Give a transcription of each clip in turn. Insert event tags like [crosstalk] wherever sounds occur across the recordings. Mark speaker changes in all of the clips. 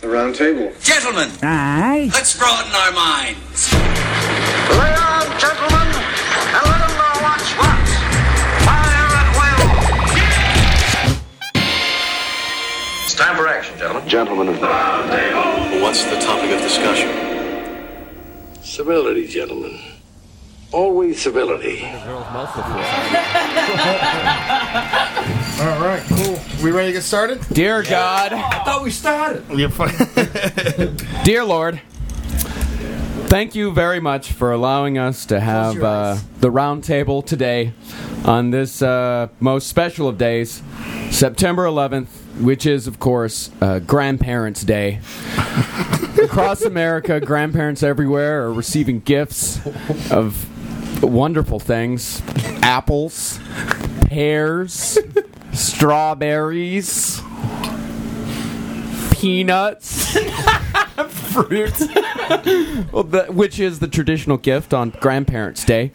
Speaker 1: The round table.
Speaker 2: Gentlemen,
Speaker 3: Aye.
Speaker 2: let's broaden our minds.
Speaker 4: Lay on, gentlemen, and let 'em know what's what. Fire at will. It's time for action, gentlemen.
Speaker 5: Gentlemen of What's the topic of discussion?
Speaker 6: Civility, gentlemen. Always civility.
Speaker 7: All right, cool. We ready to get started?
Speaker 8: Dear God,
Speaker 7: You're fine.
Speaker 8: [laughs] dear Lord, thank you very much for allowing us to have uh, the round table today on this uh, most special of days, September 11th, which is, of course, uh, Grandparents' Day. Across America, grandparents everywhere are receiving gifts of wonderful things apples, pears, strawberries, peanuts. [laughs] fruit, Well, that- which is the traditional gift on Grandparents' Day.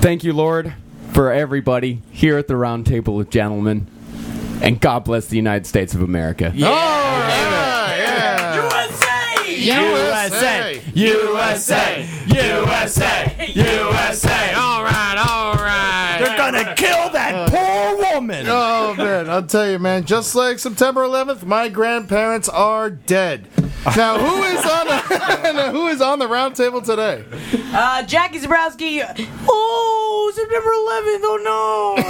Speaker 8: Thank you, Lord, for everybody here at the Round Table of Gentlemen, and God bless the United States of America.
Speaker 7: USA!
Speaker 8: USA, USA, USA. All right, all right. They're gonna kill that poor woman.
Speaker 7: Oh man, I'll tell you, man. Just like September 11th, my grandparents are dead. Now who is on the [laughs] now, who is on the round table today?
Speaker 9: Uh, Jackie Zabrowski. Oh, September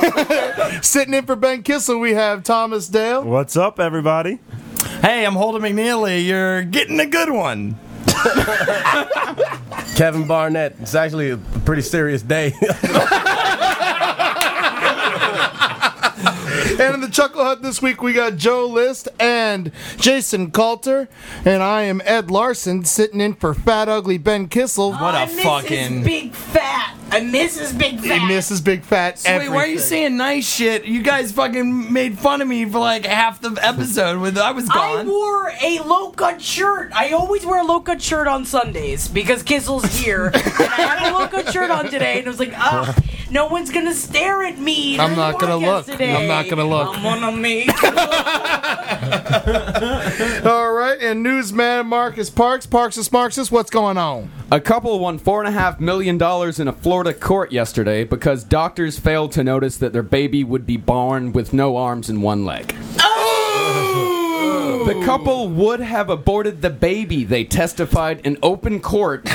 Speaker 9: 11th. Oh no.
Speaker 7: [laughs] Sitting in for Ben Kissel, we have Thomas Dale.
Speaker 10: What's up, everybody? Hey, I'm Holden McNeely. You're getting a good one. Kevin Barnett. It's actually a pretty serious
Speaker 1: [laughs]
Speaker 10: day.
Speaker 7: And in the Chuckle Hut this week, we got Joe List and Jason Coulter. And I am Ed Larson, sitting in for fat, ugly Ben Kissel.
Speaker 10: What
Speaker 9: Oh, I
Speaker 10: a
Speaker 9: miss
Speaker 10: fucking-
Speaker 9: His big fat. I miss his big fat.
Speaker 7: And Mrs. Big Fat.
Speaker 10: Wait, why are you saying nice shit? You guys fucking made fun of me for like half the episode when I was
Speaker 9: I
Speaker 10: gone.
Speaker 9: wore a low cut shirt. I always wear a low cut shirt on Sundays because Kissel's here. and I had a low cut shirt on today, and I was like,
Speaker 7: [laughs]
Speaker 9: ah, no one's gonna stare at me.
Speaker 7: I'm
Speaker 9: during the
Speaker 7: not gonna
Speaker 9: podcast
Speaker 7: look.
Speaker 9: Today.
Speaker 7: I'm not gonna look."
Speaker 9: I'm gonna make.
Speaker 7: All right, and newsman Marcus Parks, Parks is Marxist. What's going on?
Speaker 8: A couple won four and a half million dollars in a Florida court yesterday because doctors failed to notice that their baby would be born with no arms and one leg. The couple would have aborted the baby, they testified in open court,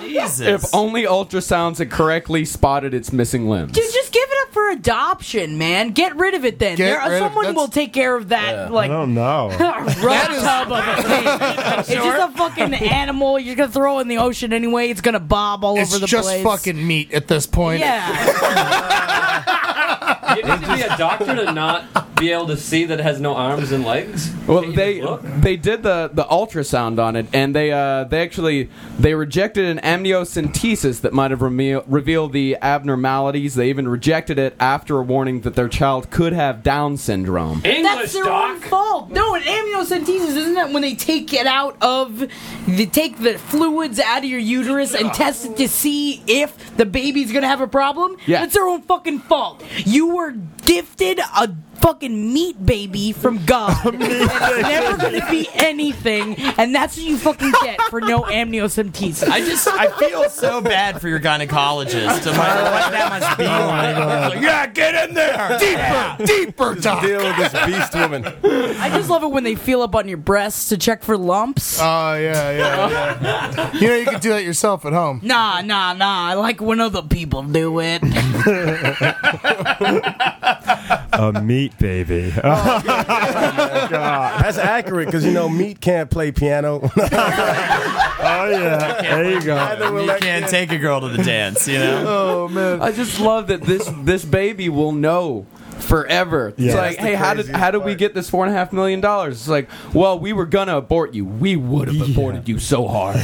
Speaker 10: Jesus.
Speaker 8: if only ultrasounds had correctly spotted its missing limbs.
Speaker 9: Dude, just give it up for adoption, man. Get rid of it then.
Speaker 7: Get
Speaker 9: There,
Speaker 7: rid of-
Speaker 9: someone
Speaker 7: that's-
Speaker 9: will take care of that. Like, [laughs]
Speaker 10: know.
Speaker 9: rub tub of a thing. It's just a fucking animal. You're gonna throw it in the ocean anyway. It's gonna bob all
Speaker 7: It's
Speaker 9: over the
Speaker 7: just
Speaker 9: place.
Speaker 7: fucking meat at this point.
Speaker 9: yeah.
Speaker 11: [laughs] You need to be a doctor to not be able to see that it has no arms and legs.
Speaker 8: Well,
Speaker 11: Can't you
Speaker 8: they
Speaker 11: just look?
Speaker 8: they did the, the ultrasound on it, and they uh, they actually they rejected an amniocentesis that might have reme- revealed the abnormalities. They even rejected it after a warning that their child could have Down syndrome.
Speaker 11: English
Speaker 9: That's their own
Speaker 11: doc.
Speaker 9: fault. No, an amniocentesis isn't that when they take it out of, they take the fluids out of your uterus and test it to see if the baby's gonna have a problem.
Speaker 8: Yeah.
Speaker 9: that's their own fucking fault. You were gifted a fucking meat baby from God. it's never gonna be anything, and that's what you fucking get for no amniocentesis.
Speaker 10: I just I feel so bad for your gynecologist. I'm like, what that must be like. Like, yeah, get in there. Deeper.
Speaker 7: Deeper doc.
Speaker 10: Deal with this beast woman.
Speaker 9: I just love it when they feel up on your breasts to check for lumps.
Speaker 7: Oh yeah, yeah,
Speaker 10: [laughs]
Speaker 7: yeah. you know you can do that yourself at home.
Speaker 9: Nah, nah, nah. I like when other people do it.
Speaker 10: A meat
Speaker 1: [laughs]
Speaker 10: baby.
Speaker 1: Oh,
Speaker 5: That's accurate because you know meat can't play
Speaker 10: [laughs]
Speaker 5: piano.
Speaker 10: Oh yeah, there you go. You
Speaker 5: let
Speaker 10: can't take a girl to the dance, you know.
Speaker 7: Oh man.
Speaker 8: I just love that this this baby will know forever. It's like, hey, how did how did we get this four and a half million dollars? It's like, well, we were gonna abort you. We would have aborted you so hard.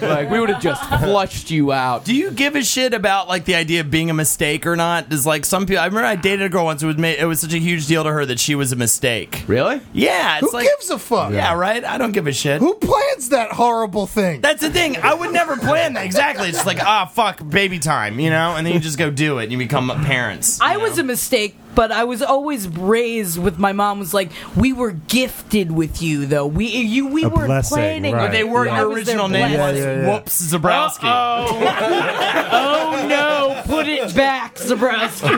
Speaker 8: like we would have just flushed you out.
Speaker 10: Do you give a shit about like the idea of being a mistake or not? Does like some people? I remember I dated a girl once. It was made, it was such a huge deal to her that she was a mistake.
Speaker 8: Really?
Speaker 10: Yeah, it's
Speaker 7: Who
Speaker 10: like
Speaker 7: gives a fuck?
Speaker 10: yeah, right. I don't give a shit.
Speaker 7: Who plans that horrible thing?
Speaker 10: That's the thing. I would never plan that. Exactly. It's just like ah, fuck, baby time, you know. And then you just go do it, and you become parents.
Speaker 9: I was a mistake But I was always raised with my mom was like, we were gifted with you though. We you we
Speaker 1: A
Speaker 9: were
Speaker 1: blessing,
Speaker 9: planning.
Speaker 1: right.
Speaker 10: But they weren't
Speaker 9: I
Speaker 10: your
Speaker 9: was their
Speaker 10: original name.
Speaker 9: blessing.
Speaker 10: was Whoops Zabrowski.
Speaker 9: Oh no! Put it back, Zabrowski.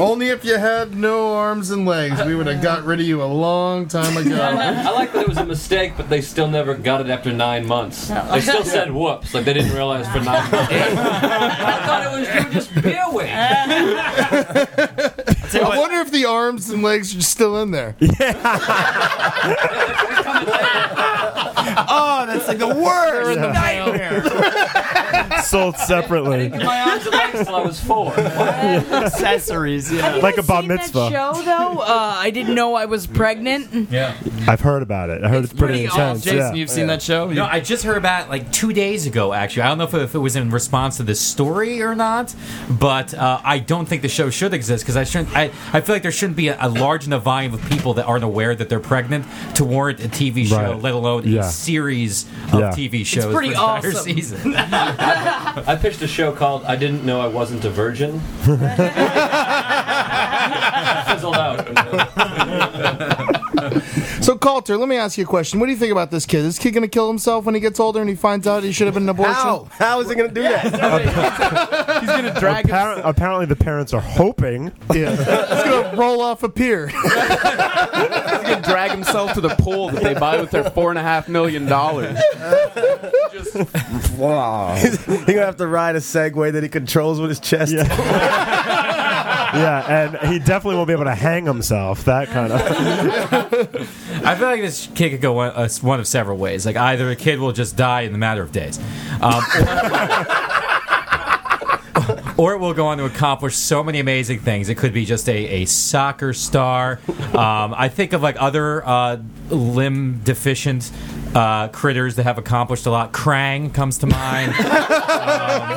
Speaker 7: Only if you had no arms and legs, we would have got rid of you a long time
Speaker 10: [laughs]
Speaker 7: ago.
Speaker 11: I like that it was a mistake, but they still never got it after nine months. They still said whoops, like they didn't realize for nine months. I thought it was you were just beer weight.
Speaker 9: [laughs]
Speaker 10: Tell you
Speaker 7: I
Speaker 10: what,
Speaker 7: wonder if the arms and legs are still in there.
Speaker 10: oh, that's like the worst nightmare.
Speaker 1: sold separately.
Speaker 11: My arms and legs till I was four.
Speaker 10: Accessories, yeah.
Speaker 1: Like a bar
Speaker 9: Seen that
Speaker 1: mitzvah.
Speaker 9: show though, uh, I didn't know I was pregnant.
Speaker 11: Yeah.
Speaker 1: I've heard about it. I heard it's, pretty,
Speaker 9: pretty
Speaker 1: intense.
Speaker 10: Jason,
Speaker 1: yeah.
Speaker 10: you've seen that show?
Speaker 3: No, I just heard about it, like two days ago. Actually, I don't know if, if it was in response to this story or not, but uh, I don't think the show should exist because I shouldn't. I, I feel like there shouldn't be a, a large enough volume of people that aren't aware that they're pregnant to warrant a TV show,
Speaker 1: Right.
Speaker 3: let alone
Speaker 1: Yeah.
Speaker 3: a series of
Speaker 1: Yeah.
Speaker 3: TV shows. for
Speaker 9: pretty
Speaker 3: an entire
Speaker 9: awesome.
Speaker 3: Season.
Speaker 11: I pitched a show called I Didn't Know I Wasn't
Speaker 3: [laughs]
Speaker 11: a Virgin. [laughs] Fizzled out.
Speaker 7: So, Coulter, let me ask you a question. What do you think about this kid? Is this kid going to kill himself when he gets older and he finds out he should have been an abortion?
Speaker 12: How is it going to do that?
Speaker 10: [laughs] He's gonna drag
Speaker 1: Appar- apparently, the parents are hoping.
Speaker 7: Yeah. It's going to roll off a pier. [laughs]
Speaker 8: They drag himself to the pool that they buy with their four and a half million
Speaker 11: [laughs]
Speaker 8: dollars.
Speaker 1: [laughs]
Speaker 12: wow. He's going to have to ride a Segway that he controls with his chest.
Speaker 1: Yeah. [laughs] yeah, and he definitely won't be able to hang himself. That kind of.
Speaker 3: I feel like this kid could go one, uh, one of several ways. Like either a kid will just die in the matter of days, um, [laughs] or, or it will go on to accomplish so many amazing things. It could be just a, a soccer star. Um, I think of like other uh, limb deficient uh, critters that have accomplished a lot. Krang comes to mind. um,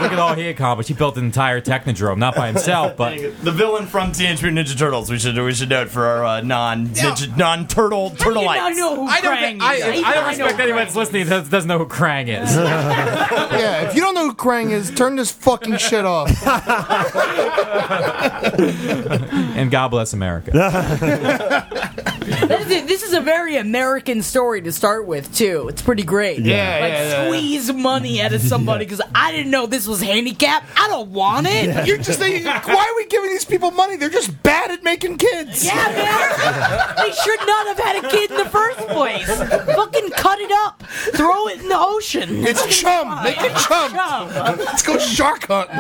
Speaker 3: look at all he accomplished. He built an entire technodrome, not by himself, but
Speaker 10: The villain from Teenage Mutant Ninja Turtles. We should we should note for our uh, non non turtle
Speaker 9: How do
Speaker 10: turtle
Speaker 9: you not know who
Speaker 3: I don't,
Speaker 9: Krang
Speaker 3: think- I,
Speaker 9: is?
Speaker 3: I don't respect anyone that's listening that doesn't know who Krang is.
Speaker 7: yeah, if you don't know who Krang is, turn this fucking shit off. [laughs]
Speaker 3: and God bless America.
Speaker 9: This is- This is a very American story to start with, too. It's pretty great.
Speaker 1: Yeah,
Speaker 9: like squeeze money out of somebody because I didn't know this was handicap. I don't want it.
Speaker 7: [laughs]
Speaker 9: Yeah,
Speaker 7: You're just thinking, why are we giving these people money? They're just bad at making kids.
Speaker 9: man. [laughs] they should not have had a kid in the first place. Fucking cut it up. Throw it in the ocean.
Speaker 7: It's chum. Make it chum.
Speaker 9: Chum.
Speaker 7: Let's go shark
Speaker 10: [laughs]
Speaker 7: hunting.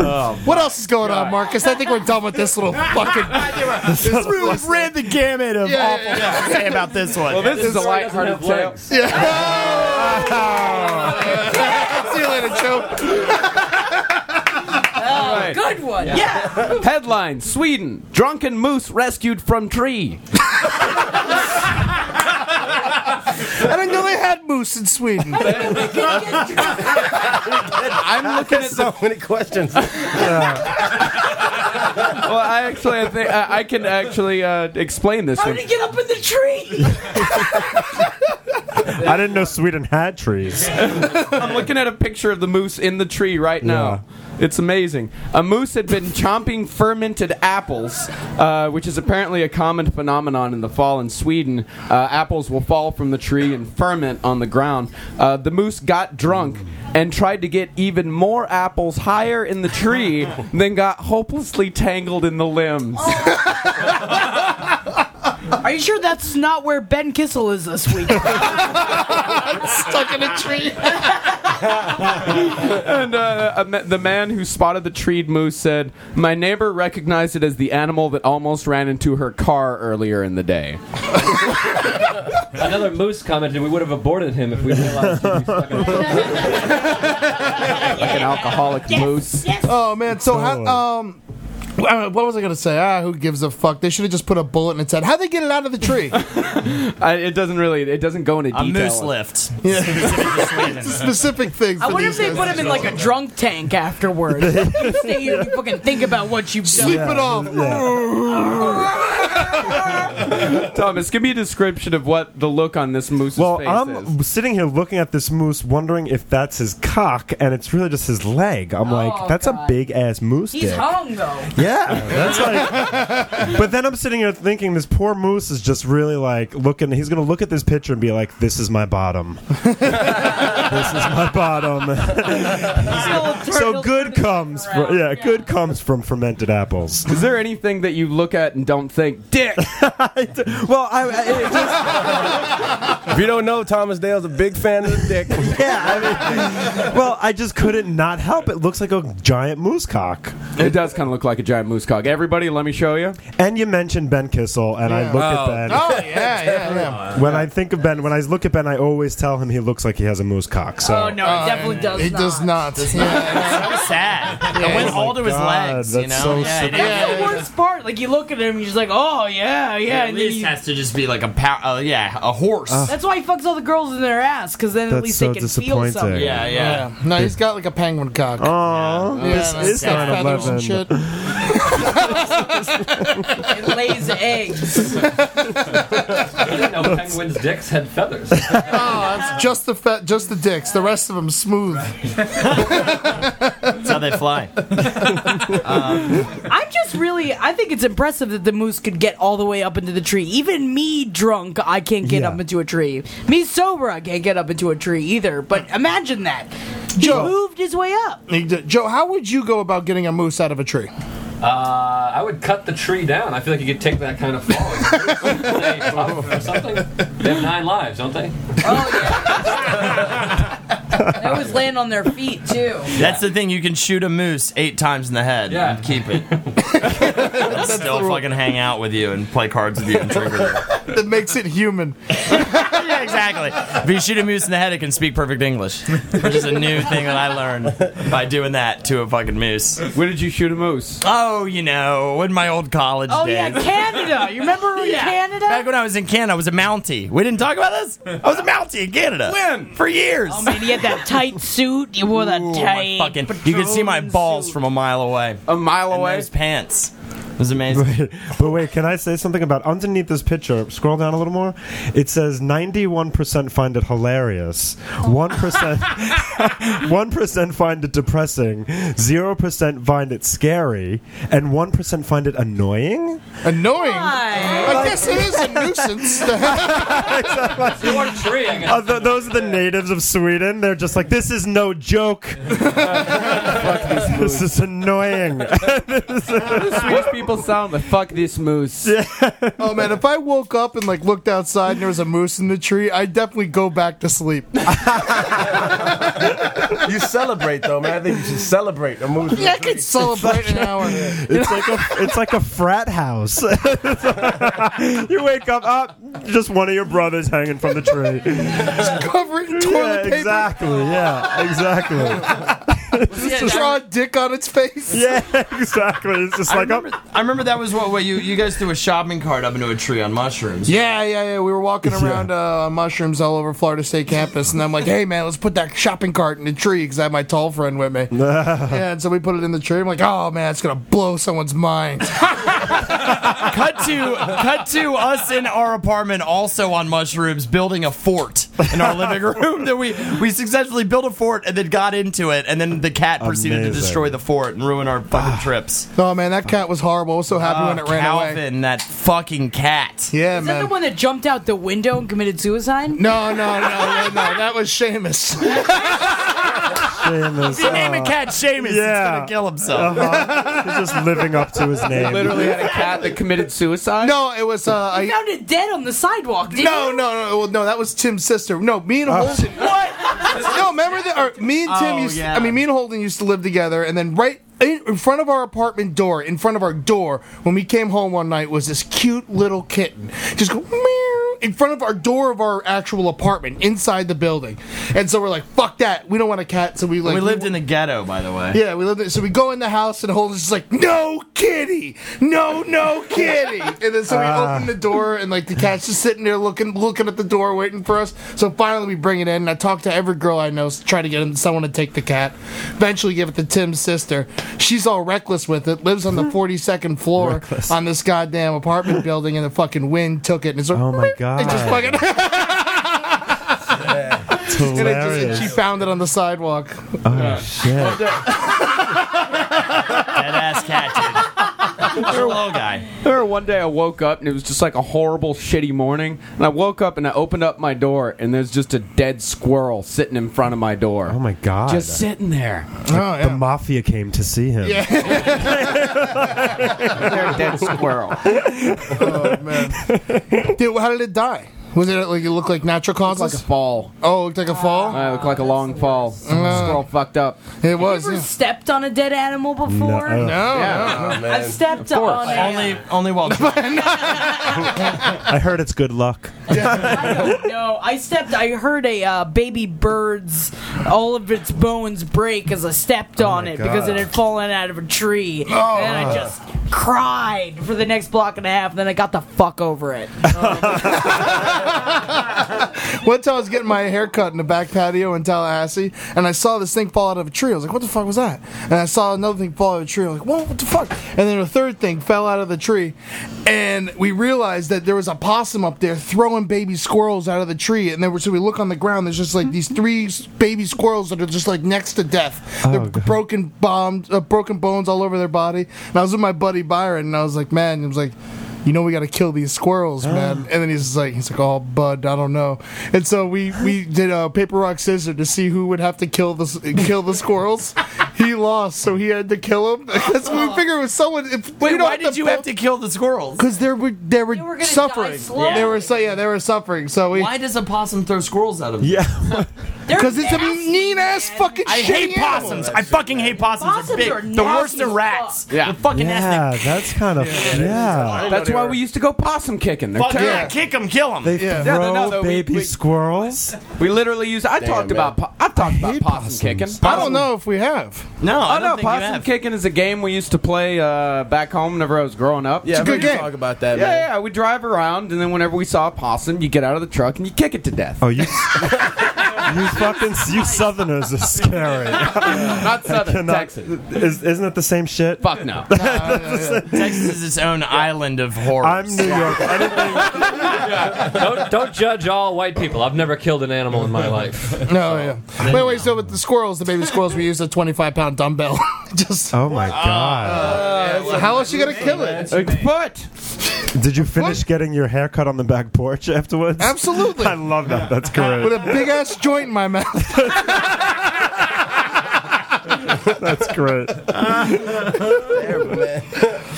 Speaker 10: Oh,
Speaker 7: [laughs] what else is going on, Marcus? I think we're done with this little fucking.
Speaker 10: [laughs] This really ran the gamut of
Speaker 7: Yeah,
Speaker 10: awful
Speaker 7: yeah,
Speaker 10: things to say about this one. Well,
Speaker 8: This is a
Speaker 11: Sorry, doesn't
Speaker 8: lighthearted
Speaker 11: have
Speaker 8: tale.
Speaker 7: [laughs]
Speaker 11: legs.
Speaker 7: See you later, Joe.
Speaker 9: Oh, Good one. Yeah.
Speaker 8: Headline: Sweden drunken moose rescued from
Speaker 11: [laughs]
Speaker 8: tree.
Speaker 7: I didn't know they had moose in
Speaker 10: [laughs]
Speaker 7: Sweden.
Speaker 8: I'm looking at the.
Speaker 12: [laughs] So many questions.
Speaker 8: Well, I actually, I think I, I can actually uh, explain this.
Speaker 9: How
Speaker 8: one.
Speaker 9: did he get up in the tree?
Speaker 1: I didn't know Sweden had trees.
Speaker 8: I'm looking at a picture of the moose in the tree right now. It's amazing. A moose had been chomping fermented apples, uh, which is apparently a common phenomenon in the fall in Sweden. Uh, apples will fall from the tree and ferment on the ground. Uh, the moose got drunk and tried to get even more apples higher in the tree, then got hopelessly tangled in the limbs.
Speaker 9: Are you sure that's not where Ben Kissel is this week?
Speaker 7: Stuck in a tree.
Speaker 8: And uh, a ma- the man who spotted the treed moose said, "My neighbor recognized it as the animal that almost ran into her car earlier in the day."
Speaker 11: Another moose commented, "We would have aborted him if we realized." he'd be stuck in a tree."
Speaker 8: Like an alcoholic moose.
Speaker 7: Oh man, so how,
Speaker 1: Oh.
Speaker 7: um, Uh, what was I going to say? Ah, who gives a fuck? They should have just put a bullet in its head. How'd they get it out of the
Speaker 10: [laughs]
Speaker 7: tree?
Speaker 8: I, it doesn't really. It doesn't go into
Speaker 7: A
Speaker 8: detail.
Speaker 7: moose
Speaker 1: [laughs]
Speaker 10: lift.
Speaker 7: Specific things.
Speaker 9: I
Speaker 7: for
Speaker 9: wonder if
Speaker 7: these
Speaker 9: they
Speaker 7: guys.
Speaker 9: put him in like a drunk tank afterwards. Stay here and fucking think about what you've done.
Speaker 7: Sleep it off.
Speaker 8: Thomas, give me a description of what the look on this moose's
Speaker 1: Well,
Speaker 8: face is.
Speaker 1: I'm sitting here looking at this moose, wondering if that's his cock, and it's really just his leg. I'm like, that's a big ass moose
Speaker 9: He's
Speaker 1: dick.
Speaker 9: hung though.
Speaker 1: Yeah, that's like. but then I'm sitting here thinking, this poor moose is just really like looking. He's gonna look at this picture and be like, "This is my bottom. [laughs] this is my bottom." so good comes, from, yeah, good comes from fermented [laughs] apples.
Speaker 8: Is there anything that you look at and don't think, dick?
Speaker 12: well, I, I- it just- if you don't know, Thomas Dale's a big fan of the
Speaker 1: [laughs]
Speaker 12: dick. yeah, I mean,
Speaker 1: well, I just couldn't not help it. Looks like a giant moose cock.
Speaker 8: It does kind of look like a giant moose cock. Everybody, let me show you.
Speaker 1: And you mentioned Ben Kissel, and I look at Ben.
Speaker 7: Oh yeah, [laughs] yeah, yeah.
Speaker 1: When I think of Ben, when I look at Ben, I always tell him he looks like he has a moose cock. So
Speaker 9: Oh no, it definitely does
Speaker 7: It
Speaker 9: not.
Speaker 7: Uh, does not.
Speaker 10: so
Speaker 1: [laughs]
Speaker 10: sad.
Speaker 7: Yeah.
Speaker 10: It went
Speaker 7: Oh
Speaker 10: all
Speaker 7: my
Speaker 10: to his
Speaker 1: God,
Speaker 10: legs, you
Speaker 1: that's so
Speaker 10: know? yeah, it
Speaker 1: sad.
Speaker 10: is.
Speaker 9: That's the worst part. Like you look at him, you're just like, oh yeah, yeah.
Speaker 10: At
Speaker 9: and then
Speaker 10: least
Speaker 9: you-
Speaker 10: has to just be like a pow- uh, yeah, a horse.
Speaker 1: Ah.
Speaker 9: that's why he fucks all the girls in their ass, because then at
Speaker 10: That's
Speaker 9: least
Speaker 10: so
Speaker 9: they can feel something.
Speaker 10: disappointing. Yeah, yeah.
Speaker 7: No, he's got like a penguin cock.
Speaker 1: Oh,
Speaker 7: yeah,
Speaker 1: this
Speaker 7: that's
Speaker 1: is
Speaker 7: got feathers and
Speaker 1: 9/11.
Speaker 7: shit.
Speaker 9: it lays eggs.
Speaker 11: I didn't know penguins' dicks had feathers.
Speaker 7: Oh, that's just the fe- just the dicks. The rest of them smooth.
Speaker 10: That's how they
Speaker 1: [laughs]
Speaker 10: fly.
Speaker 9: I'm just really, I think it's impressive that the moose could get all the way up into the tree. Even me drunk, I can't get up into a tree. Me sober, I can't get up into a tree either. But imagine that.
Speaker 7: Joe.
Speaker 9: He moved his way up.
Speaker 7: He did- Joe, how would you go about getting a moose out of a tree?
Speaker 11: Uh, I would cut the tree down. I feel like you could take that kind of fall. They pop or something. They have nine lives, don't they?
Speaker 9: They always land on their feet too.
Speaker 10: That's the thing. You can shoot a moose eight times in the head
Speaker 11: Yeah.
Speaker 10: and keep
Speaker 9: [laughs]
Speaker 10: it. They'll still fucking hang out with you and play cards with you and trigger them.
Speaker 7: That makes it human.
Speaker 10: yeah, exactly. If you shoot a moose in the head, it can speak perfect English, which is a new thing that I learned by doing that to a fucking moose.
Speaker 8: Where did you shoot a moose?
Speaker 10: Oh, you know, in my old college
Speaker 9: Oh
Speaker 10: days.
Speaker 9: yeah, Canada. You remember we were in
Speaker 10: Yeah.
Speaker 9: Canada?
Speaker 10: Back when I was in Canada, I was a Mountie. We didn't talk about this. I was a Mountie in Canada.
Speaker 8: When?
Speaker 10: For years.
Speaker 9: Oh man, he had that tight suit. You wore that
Speaker 10: Ooh, my
Speaker 9: tight.
Speaker 10: fucking- you could see my balls from a mile away.
Speaker 9: Oh,
Speaker 8: A mile
Speaker 10: away. [laughs] Those pants. It was amazing.
Speaker 1: But wait, can I say something about underneath this picture? Scroll down a little more. It says 91% find it hilarious, [laughs] 1% 1% find it depressing, 0% find it scary, and 1% find it annoying?
Speaker 7: Annoying?
Speaker 9: I
Speaker 7: guess it is a nuisance. [laughs]
Speaker 11: You want a tree? I
Speaker 1: Uh,
Speaker 11: guess.
Speaker 1: th- those are the natives of Sweden. They're just like, this is no joke. [laughs] this is annoying.
Speaker 8: Swedish people sound like fuck this moose.
Speaker 7: oh man, if I woke up and like looked outside and there was a moose in the tree, I'd definitely go back to sleep.
Speaker 12: you celebrate though, man. I think you should celebrate a moose.
Speaker 7: Yeah, I could celebrate an hour.
Speaker 1: It's like a it's like a frat house. [laughs] you wake up, up, just one of your brothers hanging from the tree.
Speaker 7: Cover it in
Speaker 1: [laughs] yeah,
Speaker 7: toilet paper.
Speaker 1: exactly. Yeah, exactly.
Speaker 7: Draw a dick on its face.
Speaker 1: Yeah, exactly. It's just
Speaker 10: I
Speaker 1: like,
Speaker 10: remember,
Speaker 1: [laughs]
Speaker 10: I remember that was what, what you, you guys threw a shopping cart up into a tree on mushrooms.
Speaker 7: Yeah, yeah, yeah. We were walking around uh, on mushrooms all over Florida State campus, and I'm like, "Hey, man, let's put that shopping cart in the tree," because I had my tall friend with me.
Speaker 1: oh,
Speaker 7: [laughs] Yeah, and so we put it in the tree. I'm like, "Oh man, it's gonna blow someone's mind."
Speaker 10: cut to cut to us in our apartment, also on mushrooms, building a fort in our
Speaker 7: [laughs]
Speaker 10: living room. That we we successfully built a fort and then got into it, and then the cat proceeded to
Speaker 1: Amazing.
Speaker 10: destroy the fort and ruin our fucking trips.
Speaker 7: oh man, that cat was horrible. I was so happy when it ran away.
Speaker 10: Ah, Calvin, that fucking cat.
Speaker 7: Yeah,
Speaker 9: Is that the
Speaker 7: man.
Speaker 9: one that jumped out the window and committed suicide?
Speaker 7: No, no, no, no, no. That was Seamus.
Speaker 1: famous.
Speaker 10: If you name a cat Seamus, it's
Speaker 1: yeah.
Speaker 10: gonna kill himself.
Speaker 1: uh-huh. He's just living up to his name.
Speaker 8: Literally had a cat that committed suicide.
Speaker 7: [laughs] No, it was. Uh, I,
Speaker 9: You found it dead on the sidewalk. Didn't
Speaker 7: no, no,
Speaker 9: you?
Speaker 7: no, well, no. That was Tim's sister. No, me and
Speaker 10: [laughs]
Speaker 7: Holden. what? No, remember that? Or, me and Tim
Speaker 10: Oh,
Speaker 7: used.
Speaker 10: yeah.
Speaker 7: I mean, me and Holden used to live together, and then right. In in front of our apartment door, in front of our door, when we came home one night, was this cute little kitten. Just go meow, in front of our door of our actual apartment inside the building. And so we're like, fuck that. We don't want a cat. So we like
Speaker 10: we lived in the ghetto, by the way.
Speaker 7: Yeah, we lived there. So we go in the house and Holden's just like, no kitty, no, no kitty. And then so we
Speaker 4: Ah.
Speaker 7: open the door and like the cat's just sitting there looking, looking at the door, waiting for us. So finally we bring it in and I talk to every girl I know, to try to get him- someone to take the cat. Eventually give it to Tim's sister. She's all reckless with it. Lives on the 42nd floor on this goddamn apartment building, and the fucking wind took it and it's like, oh my god, [laughs] it just fucking. And it just- and
Speaker 1: hilarious.
Speaker 7: she found it on the sidewalk.
Speaker 1: Oh, shit.
Speaker 10: That ass cat,
Speaker 7: [laughs]
Speaker 10: dude. You're a little guy.
Speaker 8: I remember one day I woke up and it was just like a horrible, shitty morning. And I woke up and I opened up my door and there's just a dead squirrel sitting in front of my door. Oh
Speaker 1: my god!
Speaker 8: Just sitting there.
Speaker 7: Oh,
Speaker 1: The mafia came to see him.
Speaker 8: They're a [laughs] dead squirrel.
Speaker 7: Oh [laughs] man, dude, how did it die? Was it like it looked like natural causes? like a
Speaker 8: fall.
Speaker 7: Oh, it looked like a fall.
Speaker 8: Uh, it looked like a long fall. The squirrel fucked up.
Speaker 7: It was.
Speaker 9: Ever stepped on a dead animal before?
Speaker 1: oh,
Speaker 8: No. No,
Speaker 7: Yeah.
Speaker 8: no, man.
Speaker 9: I've stepped
Speaker 8: Of course.
Speaker 9: on a.
Speaker 10: Only,
Speaker 7: [laughs]
Speaker 10: only while.
Speaker 1: I heard it's good luck.
Speaker 9: I don't know. I stepped. I heard a uh, baby bird's all of its bones break as I stepped on it because
Speaker 4: God.
Speaker 9: it had fallen out of a tree,
Speaker 4: Oh.
Speaker 9: and I just cried for the next block and a half. And then I got the fuck over it.
Speaker 7: One time I was getting my hair cut in the back patio in Tallahassee, and I saw this thing fall out of a tree. I was like, "What the fuck was that?" And I saw another thing fall out of a tree. I was like, "Whoa, what the fuck?" And then a third thing fell out of the tree, and we realized that there was a possum up there throwing baby squirrels out of the tree. And then we- so we look on the ground. There's just like these three s- baby squirrels that are just like next to death. They're broken bombed, uh, broken bones all over their body. And I was with my buddy Byron, and I was like, "Man," he was like. You know we got to kill these
Speaker 10: [gasps]
Speaker 7: squirrels, man. And then he's just like, he's like, oh, bud, I don't know. And so we we did a paper rock scissors to see who would have to kill the s- kill the
Speaker 10: [laughs]
Speaker 7: squirrels. he lost, so he had to kill him. [laughs] That's what we figured it was someone. If
Speaker 10: Wait,
Speaker 7: you don't
Speaker 10: why did you have to kill the squirrels?
Speaker 7: [laughs] Because they were they were, suffering.
Speaker 10: slowly.
Speaker 7: They were so yeah they were suffering. So we
Speaker 10: Why does a possum throw squirrels out of?
Speaker 1: Yeah,
Speaker 7: because it's a mean ass fucking.
Speaker 10: I hate
Speaker 7: shitty animal.
Speaker 12: Oh,
Speaker 10: possums. I fucking hate possums.
Speaker 7: Possums
Speaker 10: They're big.
Speaker 7: are
Speaker 10: the worst
Speaker 7: nasty
Speaker 10: are
Speaker 7: as
Speaker 10: rats.
Speaker 8: Yeah.
Speaker 10: The fucking nasty.
Speaker 1: yeah, that's kind of yeah.
Speaker 8: That's why we used to go possum kicking. They're
Speaker 10: Fuck yeah.
Speaker 8: terrible.
Speaker 10: Kick them, kill them.
Speaker 1: They throw baby squirrels.
Speaker 8: We literally use. I
Speaker 1: Damn,
Speaker 8: talked
Speaker 1: man.
Speaker 8: about. Po- I've talked about possum kicking.
Speaker 7: I don't know if we have.
Speaker 10: No,
Speaker 8: oh no, possum kicking is a game we used to play uh, back home whenever I was growing up.
Speaker 7: Yeah, It's a I've good heard you game. talk
Speaker 8: about that. Yeah,
Speaker 7: man.
Speaker 8: yeah. We drive around, and then whenever we saw a possum, you get out of the truck and you kick it to
Speaker 7: [laughs]
Speaker 8: death.
Speaker 1: Oh, you, you fucking you Southerners are scary. [laughs]
Speaker 8: Not Southern,
Speaker 10: Texas.
Speaker 1: Is, isn't it the same shit?
Speaker 8: Fuck
Speaker 7: [laughs]
Speaker 8: no.
Speaker 10: Texas is its own island of horrors.
Speaker 1: I'm New York.
Speaker 11: don't, don't judge all white people. I've never killed an animal in my life.
Speaker 7: No, yeah. Wait, wait. So with the squirrels, the baby squirrels, we used a twenty-five pound
Speaker 10: [laughs]
Speaker 7: dumbbell. Just
Speaker 1: Oh my god!
Speaker 7: how else you gonna kill it?
Speaker 8: But
Speaker 1: Did you finish getting your hair cut on the back porch [laughs] afterwards?
Speaker 7: Absolutely.
Speaker 1: I love that. That's great.
Speaker 7: with a
Speaker 1: [laughs]
Speaker 7: big ass joint in my mouth. [laughs]
Speaker 1: That's great.
Speaker 8: Oh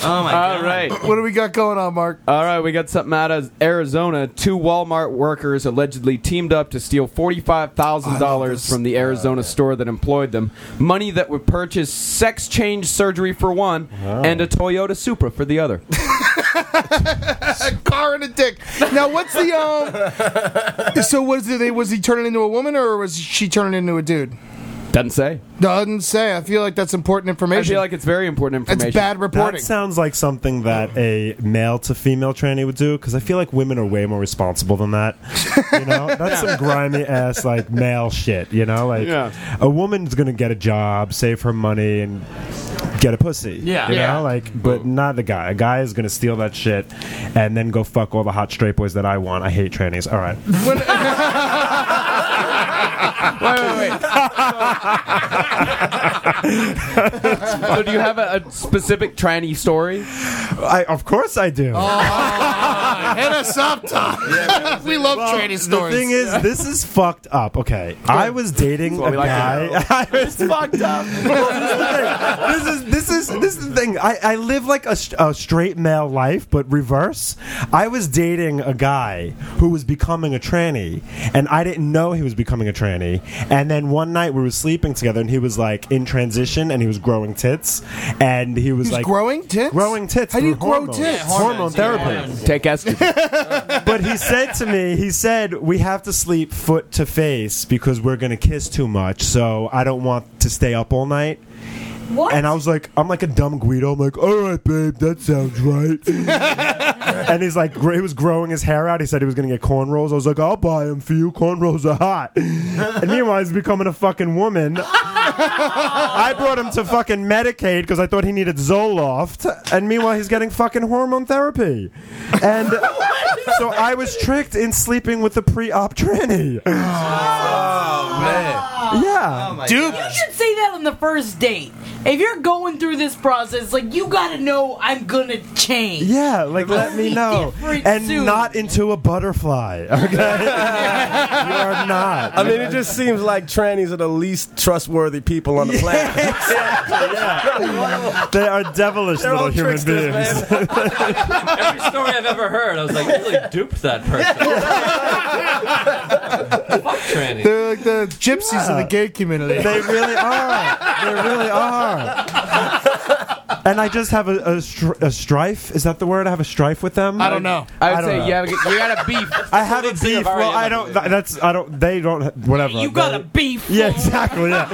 Speaker 8: my All right.
Speaker 7: What do we got going on, Mark?
Speaker 8: All right, we got something out of Arizona. Two Walmart workers allegedly teamed up to steal forty-five thousand dollars from the Arizona store that employed them. Money that would purchase sex change surgery for one, and a Toyota Supra for the other.
Speaker 7: a car and a dick. Now, what's the
Speaker 8: [laughs]
Speaker 7: um? So was it? Was he turning into a woman or was she turning into a dude?
Speaker 8: Doesn't say.
Speaker 7: Doesn't say. I feel like that's important information.
Speaker 8: I feel like it's very important
Speaker 7: That's
Speaker 8: information.
Speaker 7: bad reporting.
Speaker 1: That sounds like something that a male to female tranny would do because I feel like women are way more responsible than that. You know, that's some grimy ass like male shit. You know, like
Speaker 4: Yeah.
Speaker 1: a woman's gonna get a job, save her money, and get a pussy.
Speaker 4: Yeah.
Speaker 1: you know,
Speaker 4: Yeah.
Speaker 1: like, but not a guy. A guy is gonna steal that shit and then go fuck all the hot straight boys that I want. I hate trannies. All right,
Speaker 8: so do you have a, a specific tranny story?
Speaker 1: I of course I do.
Speaker 7: Hit us up, Tom. we love trading stories.
Speaker 1: The thing is, this is fucked up. Okay, I was dating
Speaker 7: what
Speaker 1: a
Speaker 7: we like to
Speaker 1: guy. [laughs] I was
Speaker 10: fucked up.
Speaker 1: this is this is this is the thing. I, I live like a, st- a straight male life, but reverse. I was dating a guy who was becoming a tranny, and I didn't know he was becoming a tranny. And then one night we were sleeping together, and he was like in transition, and he was growing tits, and he was,
Speaker 7: He was
Speaker 1: like
Speaker 7: growing tits.
Speaker 1: growing tits.
Speaker 7: How do
Speaker 1: We
Speaker 7: you
Speaker 1: you grow tits?
Speaker 8: Hormone therapy. Take estrogen.
Speaker 1: but he said to me, he said, we have to sleep foot to face because we're going to kiss too much. So I don't want to stay up all night.
Speaker 4: What?
Speaker 1: And I was like, I'm like a dumb Guido. I'm like, all right, babe, that sounds right. and he's like, gr- he was growing his hair out. He said he was going to get cornrows. I was like, I'll buy them for you. Cornrows are hot. and meanwhile, he's becoming a fucking woman. I brought him to fucking Medicaid because I thought he needed Zoloft, and meanwhile he's getting fucking hormone therapy. And so I was tricked in sleeping with the pre-op tranny. Yeah,
Speaker 9: Dude, you should say that on the first date. If you're going through this process, like you gotta know I'm gonna change.
Speaker 1: Yeah, like let me know,
Speaker 9: different
Speaker 1: and
Speaker 9: soon.
Speaker 1: not into a butterfly. Okay,
Speaker 12: [laughs]
Speaker 1: you are not.
Speaker 12: I mean, it just seems like trannies are the least trustworthy people
Speaker 7: [laughs]
Speaker 12: on the planet. [laughs]
Speaker 1: They are devilish
Speaker 12: They're
Speaker 1: little
Speaker 12: all
Speaker 1: human
Speaker 12: tricksters,
Speaker 1: beings.
Speaker 11: Every story I've ever heard, I was like, you really duped that person. [laughs] Fuck tranny.
Speaker 7: They're like the gypsies of the gay community.
Speaker 1: They really are. They really are. And I just have a, a, str- a strife. Is that the word? I have a strife with them.
Speaker 8: I would say
Speaker 1: know.
Speaker 8: yeah, you got a beef.
Speaker 1: I have a beef. Well, I don't. th- That's I don't. They don't. Whatever.
Speaker 8: You got
Speaker 1: They-
Speaker 8: a beef.
Speaker 1: [laughs] Yeah, exactly. Yeah,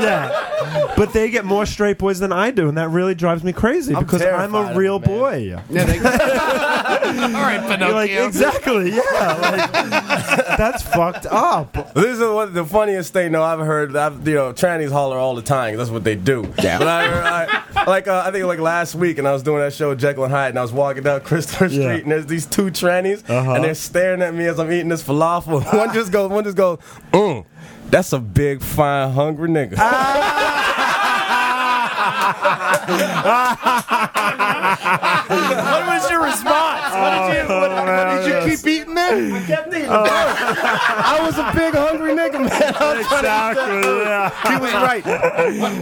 Speaker 1: yeah. But they get more straight boys than I do, and that really drives me crazy because I'm
Speaker 12: terrified of
Speaker 1: a real boy.
Speaker 4: [laughs] All right,
Speaker 1: [laughs] You're like exactly. Yeah. Like, that's fucked up.
Speaker 12: This is what the funniest thing though I've heard. I've, you know, trannies holler all the time. 'cause that's what they do. Yeah. But I, I like uh, I think like last week, and I was doing that show with Jekyll and Hyde, and I was walking down [laughs] Christopher Street, and there's these two trannies,
Speaker 1: Uh-huh.
Speaker 12: and they're staring at me as I'm eating this falafel. [laughs] One just goes, one just goes, mm, that's a big, fine, hungry nigga.
Speaker 10: Uh,
Speaker 4: what was your response? What did you? What,
Speaker 7: [laughs] Did you keep eating that? I
Speaker 12: kept eating I was a big hungry nigga, man.
Speaker 1: Oh,
Speaker 12: I was trying to eat that food. He was right.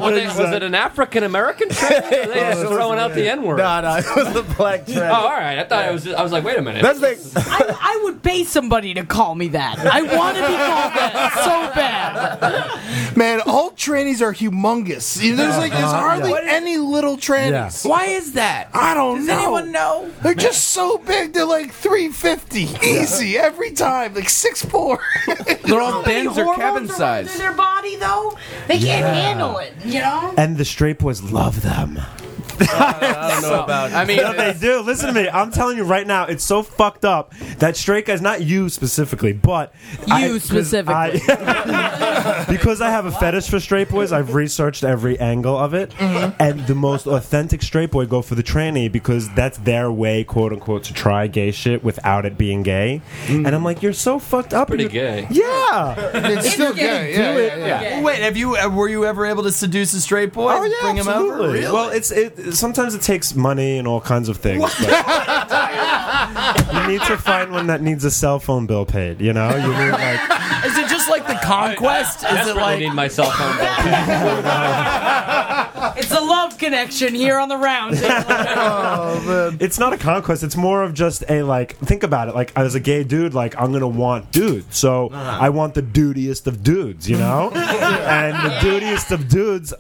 Speaker 11: Was it- was it an African American tranny? They just throwing out the N word.
Speaker 12: Nah, nah, it was the black
Speaker 11: Oh,
Speaker 4: [laughs]
Speaker 12: tranny.
Speaker 11: all right. I thought it was. Just, I was like, wait a minute.
Speaker 12: That's the
Speaker 9: I, I would pay somebody to call me that. I want to be called that so bad.
Speaker 7: Man, all trannies are humongous. You know, There's like there's
Speaker 4: Uh-huh,
Speaker 7: hardly
Speaker 4: yeah.
Speaker 7: any little trannies.
Speaker 9: Why is that?
Speaker 7: I don't
Speaker 4: Does
Speaker 7: know.
Speaker 4: anyone
Speaker 7: know? They're just so big. They're like 350 easy every time. Like six four.
Speaker 8: [laughs] They're all Ben's or Kevin
Speaker 9: Through
Speaker 8: size.
Speaker 9: their body though, they can't
Speaker 1: Yeah.
Speaker 9: handle it. You know.
Speaker 1: And the straight boys love them.
Speaker 8: I don't know about. I mean,
Speaker 1: no, they do. Listen to me. I'm telling you right now, it's so fucked up that straight guys, not you specifically, but
Speaker 9: You
Speaker 1: I- 'cause
Speaker 9: specifically.
Speaker 1: I- [laughs] because I have a fetish for straight boys, I've researched every angle of it,
Speaker 9: Mm-hmm.
Speaker 1: and the most authentic straight boy go for the tranny because that's their way, quote unquote, to try gay shit without it being gay. And I'm like, you're so fucked up.
Speaker 11: Mm. pretty
Speaker 1: and you're-
Speaker 11: gay.
Speaker 1: Yeah,
Speaker 7: It's still gay. Yeah, yeah, yeah.
Speaker 10: Well, Wait, have you? uh, Were you ever able to seduce a straight boy?
Speaker 1: Oh yeah,
Speaker 10: Bring him
Speaker 1: absolutely.
Speaker 10: over? Really?
Speaker 1: Well, it's it. Sometimes it takes money and all kinds of things. [laughs] but you need to find one that needs a cell phone bill paid. You know, you need like
Speaker 10: Is it just like the conquest? Is it
Speaker 11: desperately
Speaker 10: like
Speaker 11: need my cell phone bill.
Speaker 9: It's a love connection here on the round.
Speaker 1: it's not a conquest. It's more of just a like. Think about it. Like as a gay dude, like I'm gonna want dudes. So I want the dudiest of dudes. You [laughs] know, and the dudiest of dudes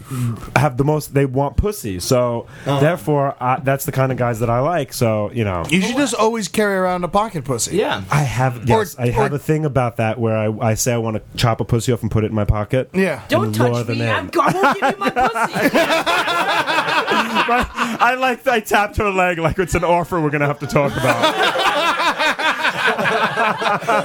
Speaker 1: have the most. They want pussy. So therefore, I, that's the kind of guys that I like. So you know.
Speaker 7: You should just always carry around a pocket pussy.
Speaker 10: Yeah.
Speaker 1: I have yes, I have a thing about that where I, I say I want to chop a pussy off and put it in my pocket.
Speaker 7: Yeah.
Speaker 9: Don't
Speaker 1: [laughs] And lure
Speaker 9: touch
Speaker 1: them
Speaker 9: me.
Speaker 1: in.
Speaker 9: I'm, I won't give you my
Speaker 1: [laughs] I like I tapped her leg like it's an offer we're gonna have to
Speaker 8: [laughs]
Speaker 1: talk about.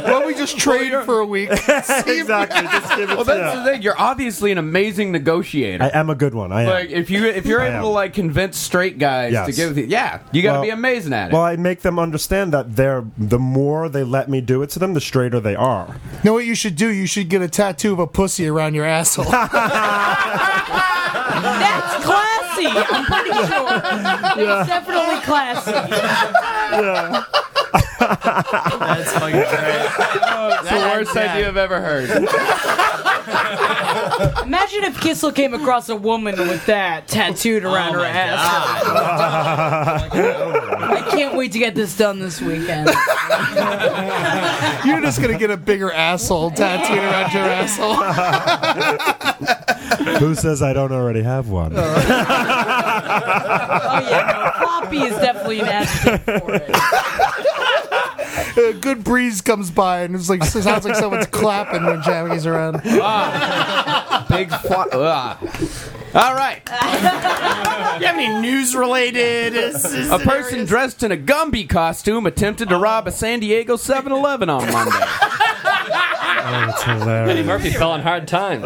Speaker 7: Why we just trade for a week?
Speaker 1: exactly. Just
Speaker 8: [laughs] [laughs]
Speaker 1: give it
Speaker 8: Well,
Speaker 1: to
Speaker 8: that's the thing. You're obviously an amazing negotiator.
Speaker 1: I am a good one. I am.
Speaker 8: like if you if you're
Speaker 1: I
Speaker 8: able
Speaker 1: am.
Speaker 8: to like convince straight guys
Speaker 1: Yes.
Speaker 8: to give the, yeah, you got to
Speaker 1: Well-
Speaker 8: be amazing at it.
Speaker 1: well, I make them understand that they're the more they let me do it to them, the straighter they
Speaker 8: [laughs]
Speaker 1: are.
Speaker 7: know what you should do? You should get a tattoo of a pussy around your asshole.
Speaker 9: That's classy. I'm pretty sure. That's definitely classy.
Speaker 10: that's [laughs] fucking great.
Speaker 8: That's the worst idea I've ever heard.
Speaker 9: Imagine if Kissel came across a woman with that tattooed around her ass. I can't wait to get this done this weekend.
Speaker 7: You're just gonna get a bigger asshole tattooed around your asshole.
Speaker 8: Uh.
Speaker 1: Who says I don't already have one?
Speaker 9: Oh, Floppy is definitely an adjective.
Speaker 7: A good breeze comes by and it's like sounds like someone's clapping when Jamie's around.
Speaker 8: Big fly. All right.
Speaker 10: [laughs] you have any news related?
Speaker 8: A person dressed in a Gumby costume attempted to rob a San Diego 7 Eleven on Monday.
Speaker 1: Oh, That's hilarious.
Speaker 11: Eddie Murphy fell on hard times.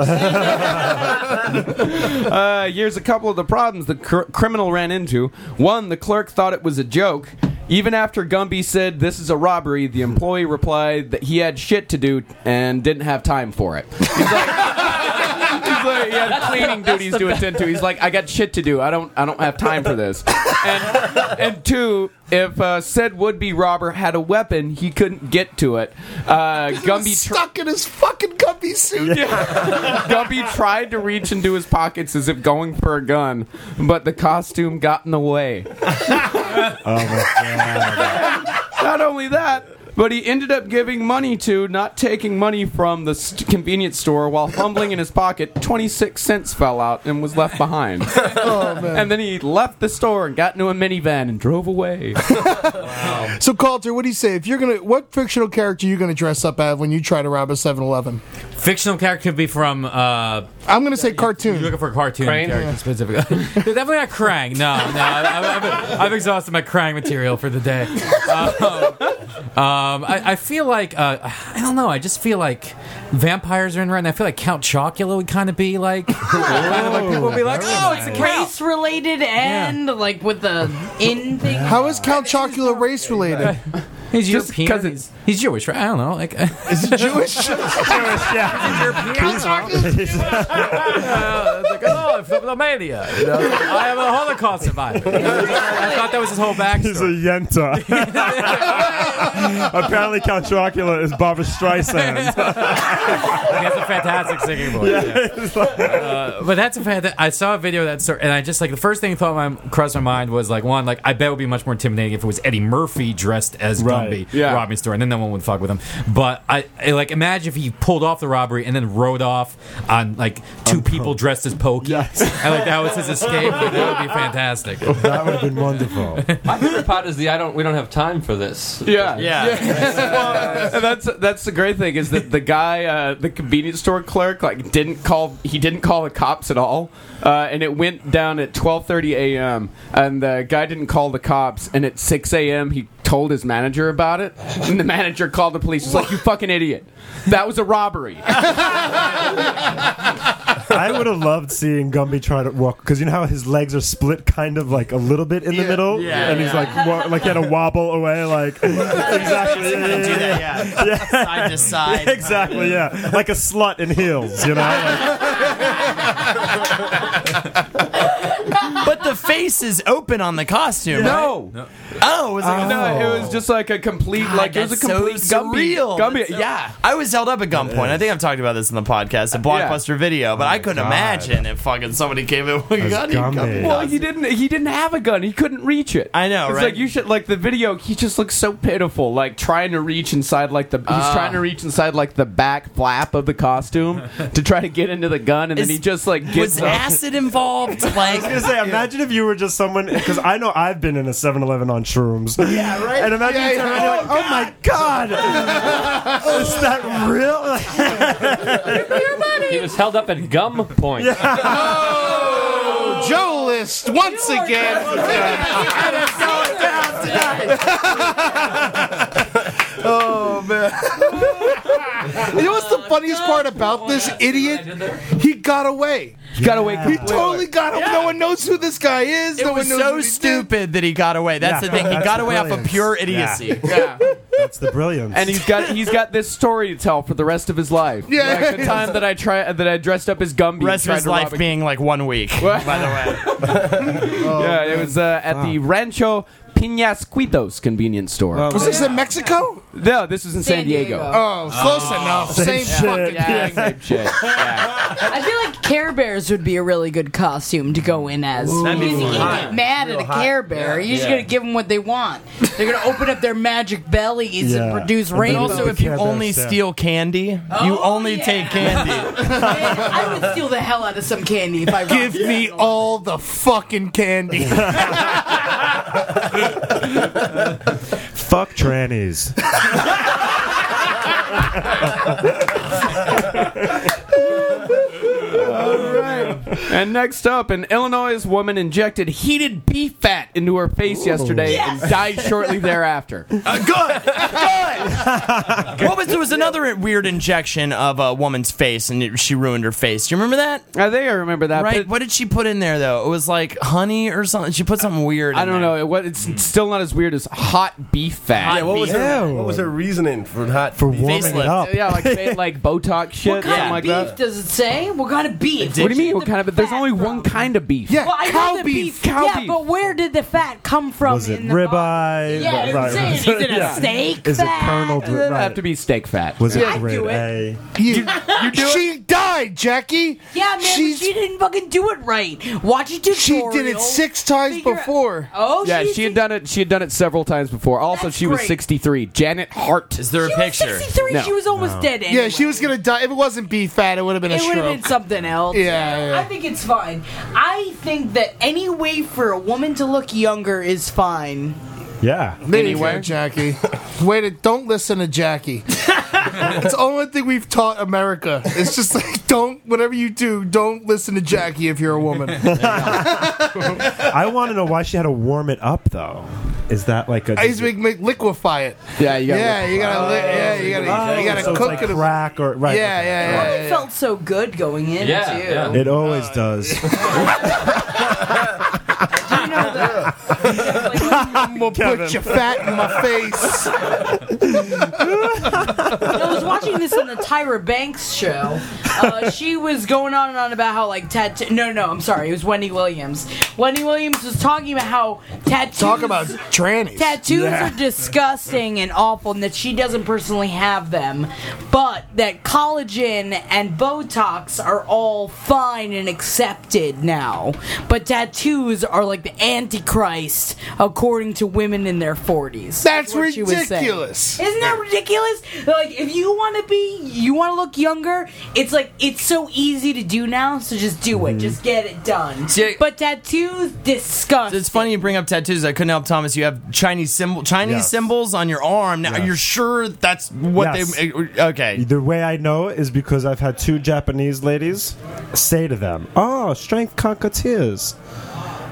Speaker 8: uh, here's a couple of the problems the cr- criminal ran into. One, the clerk thought it was a joke. Even after Gumby said this is a robbery, the employee replied that he had shit to do and didn't have time for it. He's like, [laughs] he's like, he had cleaning duties to attend to. He's like, I got shit to do. I don't, I don't have time for this. And, and two, if uh, said would-be robber had a weapon, he couldn't get to it. Uh, Gumby tr-
Speaker 7: stuck in his fucking Gumby suit.
Speaker 8: Gumby tried to reach into his pockets as if going for a gun, but the costume got in the way.
Speaker 1: [laughs] Oh my god.
Speaker 8: Not only that, but he ended up giving money to, not taking money from the st- convenience store while fumbling in his pocket. 26 cents fell out and was left behind.
Speaker 1: Oh,
Speaker 8: And then he left the store and got into a minivan and drove away.
Speaker 7: So Coulter, what do you say? If you're gonna, what fictional character you gonna dress up as when you try to rob a 7-Eleven?
Speaker 3: Fictional character could be from. Uh,
Speaker 7: I'm gonna say cartoon.
Speaker 3: You're looking for a cartoon
Speaker 11: Crane?
Speaker 3: character specifically. [laughs] They're definitely not Krang. No, no. I, I, I've, I've exhausted my Krang material for the day. Um, um, I, I feel like uh, I don't know. I just feel like vampires are in right now. I feel like Count Chocula would kind of be like. [laughs] kind of like people would be like, oh, it's a count.
Speaker 9: race related and like with the in thing.
Speaker 7: How is Count Chocula race related?
Speaker 3: He's
Speaker 8: Just
Speaker 3: European.
Speaker 8: 'cause
Speaker 3: he's, he's Jewish, right? I don't know. Like, [laughs] is he
Speaker 7: Jewish?
Speaker 1: [laughs]
Speaker 3: Uh, it's like, oh, Philomania. You know? I am a Holocaust survivor. I thought that was his whole
Speaker 1: He's a
Speaker 3: backstory.
Speaker 8: [laughs]
Speaker 1: Yenta. [laughs] Apparently, Count Chocula is Barbara Streisand.
Speaker 3: He has a fantastic singing voice. yeah.
Speaker 1: It's like-
Speaker 3: Uh, but that's a fantastic. I saw a video of that story, and I just like the first thing that thought my crossed my mind was like one, like I bet it would be much more intimidating if it was Eddie Murphy dressed as
Speaker 1: Right.
Speaker 3: Gumby
Speaker 8: Yeah.
Speaker 3: robbing a store, and then no one would fuck with him. But I, I like imagine if he pulled off the robbery and then rode off on like two people dressed as Pokey, and like that was his escape. Like, that would be fantastic.
Speaker 1: that would have been wonderful.
Speaker 11: My favorite part is the I don't. We don't have time for this.
Speaker 8: Yeah,
Speaker 10: Yeah.
Speaker 8: Well, [laughs] and that's that's the great thing is that the guy, uh, the convenience store clerk, like didn't call. He didn't call the cops at all, uh, and it went down at twelve thirty a.m. And the guy didn't call the cops, and at six a.m. he told his manager about it, and the manager called the police. He's like, "You fucking idiot! That was a robbery."
Speaker 10: [laughs]
Speaker 1: I would have loved seeing Gumby try to walk because you know how his legs are split, kind of like a little bit in the middle,
Speaker 10: yeah,
Speaker 1: and he's
Speaker 10: yeah.
Speaker 1: like wa- like he had a wobble away, like exactly, yeah,
Speaker 10: do
Speaker 1: yeah,
Speaker 10: that, yeah. Side to side.
Speaker 1: yeah. [laughs] exactly, yeah, like a slut in heels, you know. Like,
Speaker 10: But the face is open on the costume. right?
Speaker 8: No, Uh,
Speaker 10: Oh, it was like,
Speaker 8: no, it was just like a complete, like it was a
Speaker 10: Ah, that's so
Speaker 8: complete Gumby.
Speaker 10: surreal.
Speaker 8: Gumby,
Speaker 10: That's so-
Speaker 8: yeah.
Speaker 10: I was held up at gunpoint. I think I've talked about this in the podcast, a
Speaker 8: Yeah.
Speaker 10: blockbuster video, but I couldn't
Speaker 1: Oh God.
Speaker 10: imagine if fucking somebody came in with a
Speaker 1: That's
Speaker 10: gun. and
Speaker 1: Gumby.
Speaker 10: Gumby.
Speaker 8: Well, he didn't. He didn't have a gun. He couldn't reach it.
Speaker 10: I know,
Speaker 8: It's
Speaker 10: right?
Speaker 8: Like you should like the video. He just looks so pitiful, like trying to reach inside, like the he's
Speaker 10: Ah.
Speaker 8: trying to reach inside, like the back flap of the costume to try to get into the gun, and
Speaker 10: Is-
Speaker 8: then he just like
Speaker 10: Was
Speaker 8: gets up. [laughs]
Speaker 10: acid involved? Like,
Speaker 1: I was gonna say, imagine if you were just someone because I know I've been in a 7-Eleven on shrooms. Yeah, right. And imagine
Speaker 7: Yeah,
Speaker 1: you turn around
Speaker 7: yeah.
Speaker 1: and you're like, oh my god, [laughs] is that real?
Speaker 11: He was held up at gunpoint. Yeah.
Speaker 7: Joe list once again. [laughs] oh man! you know what's the funniest part about this idiot? He got away.
Speaker 8: Got away.
Speaker 7: He totally got away. No one knows who this guy is.
Speaker 10: it
Speaker 7: no
Speaker 10: was
Speaker 7: one knows what
Speaker 10: so
Speaker 7: he did.
Speaker 10: stupid that he got away. That's
Speaker 1: Yeah.
Speaker 10: the thing. He
Speaker 1: That's
Speaker 10: got away off
Speaker 1: brilliant.
Speaker 10: of pure idiocy.
Speaker 8: Yeah.
Speaker 1: That's the brilliance.
Speaker 8: And he's got he's got this story to tell for the rest of his life.
Speaker 7: Yeah.
Speaker 8: Like the time that I try that I dressed up as Gumby. and
Speaker 10: Rest of
Speaker 8: tried
Speaker 10: his
Speaker 8: to
Speaker 10: life
Speaker 8: rob a-
Speaker 10: being like one week.
Speaker 8: [laughs] What?
Speaker 10: By the way,
Speaker 8: yeah, it was uh, at the Rancho Pinasquitos convenience store.
Speaker 7: Was this in Mexico?
Speaker 8: No, this is in San, Diego.
Speaker 7: Oh, close enough. Same, fucking thing.
Speaker 8: Same shit.
Speaker 9: I feel like Care Bears would be a really good costume to go in as.
Speaker 4: Ooh. That'd be
Speaker 9: Because you
Speaker 4: hot.
Speaker 9: can't get mad
Speaker 4: Real
Speaker 9: at a
Speaker 4: hot.
Speaker 9: Care Bear.
Speaker 4: Yeah.
Speaker 9: You're just
Speaker 4: Yeah.
Speaker 9: gonna give them what they want. They're gonna open up their magic bellies and produce
Speaker 10: But
Speaker 9: rainbows. Oh,
Speaker 10: also, if you only steal candy, you only take candy.
Speaker 9: [laughs] I would steal the hell out of some candy if I
Speaker 7: Give me all the fucking candy.
Speaker 1: Fuck
Speaker 10: [laughs]
Speaker 1: trannies.
Speaker 8: And next up, an Illinois woman injected heated beef fat into her face yesterday and died shortly [laughs] thereafter.
Speaker 10: what was there was another weird injection of a woman's face and it, she ruined her face. Do you remember that?
Speaker 8: I think I remember that.
Speaker 10: Right?
Speaker 8: but-
Speaker 10: what did she put in there though? It was like honey or something. She put something weird.
Speaker 8: I don't know. It, what, it's still not as weird as hot beef fat.
Speaker 10: Yeah, what was her- Ew. what was her
Speaker 12: reasoning for hot
Speaker 8: for
Speaker 10: beef? warming it up?
Speaker 8: Yeah, like fa- [laughs] like Botox shit,
Speaker 9: What
Speaker 8: something
Speaker 9: kind of
Speaker 8: like
Speaker 9: beef
Speaker 8: that.
Speaker 9: does it say? What kind of beef?
Speaker 8: What do you mean? What kind of? There's only one kind of beef.
Speaker 9: well, I know the beef. yeah, but where did the fat come from?
Speaker 8: Was it
Speaker 9: in the
Speaker 8: ribeye?
Speaker 9: body? Yeah, it doesn't say it. Is it a steak fat?
Speaker 8: It doesn't have to be steak fat.
Speaker 1: Was
Speaker 9: it Yeah, I'd grade do it.
Speaker 1: A?
Speaker 7: You, you do she died, Jackie.
Speaker 9: Yeah, man, but she didn't fucking do it right. Watch it tutorial.
Speaker 7: did it six times before.
Speaker 9: Oh,
Speaker 8: yeah,
Speaker 9: she's
Speaker 8: she had done it. She had done it several times before. Also, she was
Speaker 7: great.
Speaker 8: 63. Janet Hart. Is
Speaker 10: there a
Speaker 8: picture?
Speaker 9: 63, she was almost dead anyway.
Speaker 7: Yeah, she was gonna die. If it wasn't beef fat, it would have been a
Speaker 9: it would
Speaker 7: stroke.
Speaker 9: have been something else.
Speaker 7: Yeah, yeah.
Speaker 9: I think it's fine. I think that any way for a woman to look younger is fine.
Speaker 1: Yeah.
Speaker 7: There you
Speaker 9: Anyway.
Speaker 7: go,
Speaker 1: [laughs]
Speaker 7: Jackie. Wait, a- don't listen to Jackie. it's the only thing we've taught America. It's just like [laughs] don't whatever you do, don't listen to Jackie if you're a woman.
Speaker 1: [laughs] I want to know why she had to warm it up though. Is that like a?
Speaker 7: I used to make, make liquefy it.
Speaker 1: Yeah, you gotta
Speaker 7: yeah, you gotta, li-
Speaker 1: liquefy it.
Speaker 7: yeah, you gotta,
Speaker 1: Oh,
Speaker 7: you gotta
Speaker 1: so it's
Speaker 7: cook
Speaker 1: like
Speaker 7: it. a-
Speaker 1: crack or- right,
Speaker 7: Yeah,
Speaker 1: okay.
Speaker 7: yeah,
Speaker 1: Well,
Speaker 7: yeah.
Speaker 9: It felt so good going in,
Speaker 1: Yeah,
Speaker 9: too.
Speaker 1: It always does.
Speaker 7: [laughs] I'm gonna put your fat in my
Speaker 1: [laughs]
Speaker 7: face.
Speaker 9: I was watching this on the Tyra Banks show. Uh, she was going on and on about how like tattoo. No, no, I'm sorry. It was Wendy Williams. Wendy Williams was talking about how tattoos.
Speaker 7: Talk about trannies.
Speaker 9: Tattoos
Speaker 7: Yeah.
Speaker 9: are disgusting and awful, and that she doesn't personally have them, but that collagen and Botox are all fine and accepted now. But tattoos are like the Antichrist, according to women in their 40s.
Speaker 7: That's
Speaker 9: what she was saying.
Speaker 7: ridiculous.
Speaker 9: Isn't that ridiculous? Like, if you want to be, you want to look younger, it's like, it's so easy to do now, so just do
Speaker 7: Mm-hmm.
Speaker 9: it. Just get it done. but tattoos disgust.
Speaker 10: It's funny you bring up tattoos. I couldn't help Thomas. You have Chinese symbol, Chinese
Speaker 1: Yes.
Speaker 10: symbols on your arm. Now
Speaker 1: Yes.
Speaker 10: you're sure that's what
Speaker 1: Yes.
Speaker 10: they. uh, Okay.
Speaker 1: The way I know is because I've had two Japanese ladies say to them, "Oh, strength cockatiers."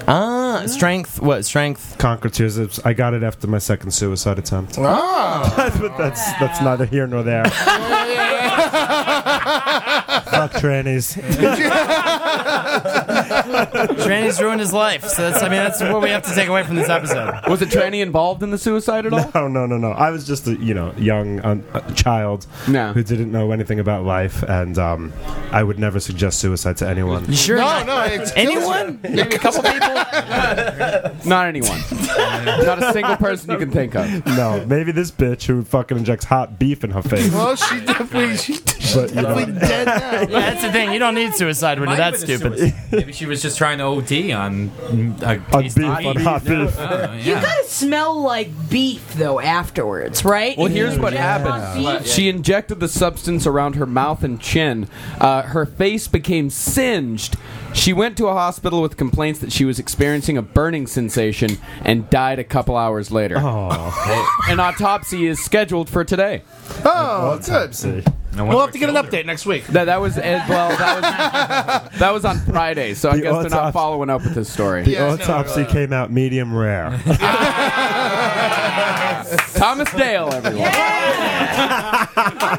Speaker 10: Ah, strength. What strength?
Speaker 1: Cockatiers. It's- I got it after my second suicide attempt. [laughs] but that's that's neither here nor [laughs] there. Fuck trannies. [laughs]
Speaker 10: Tranny's ruined his life. So that's. I mean, that's what we have to take away from this episode.
Speaker 8: Was a tranny involved in the suicide at all?
Speaker 1: No, no, no, no. I was just a you know young um, uh, child who didn't know anything about life, and um, I would never suggest suicide to [laughs] anyone.
Speaker 10: Sure.
Speaker 7: No,
Speaker 10: not-
Speaker 7: no, it kills
Speaker 10: anyone?
Speaker 7: you.
Speaker 10: Maybe a couple people.
Speaker 8: Not [laughs] anyone. Not a single person you can think of.
Speaker 1: No, maybe this bitch who fucking injects hot beef in her face.
Speaker 7: Well, Oh, she definitely, she
Speaker 1: But you know,
Speaker 10: Yeah, that's the thing. You don't need suicide when you're that stupid.
Speaker 3: Maybe she was just trying to OD on mm, a
Speaker 1: on beef, on hot beef.
Speaker 9: You gotta smell like beef, though, afterwards, right?
Speaker 8: Well,
Speaker 9: If you
Speaker 8: here's what
Speaker 9: just
Speaker 8: happened.
Speaker 9: want beef-
Speaker 8: She injected the substance around her mouth and chin. Uh, her face became singed. She went to a hospital with complaints that she was experiencing a burning sensation and died a couple hours later.
Speaker 1: Oh.
Speaker 8: [laughs] An autopsy is scheduled for today.
Speaker 7: Oh, good. We'll have to get an update
Speaker 8: next week. That, that was eh, well. That was that was on Friday, so I
Speaker 1: The
Speaker 8: guess they're
Speaker 1: autopsy-
Speaker 8: not following up with this story.
Speaker 1: The autopsy came out medium
Speaker 8: [laughs]
Speaker 1: rare.
Speaker 8: Thomas Dale, everyone.
Speaker 1: [laughs]
Speaker 9: [laughs]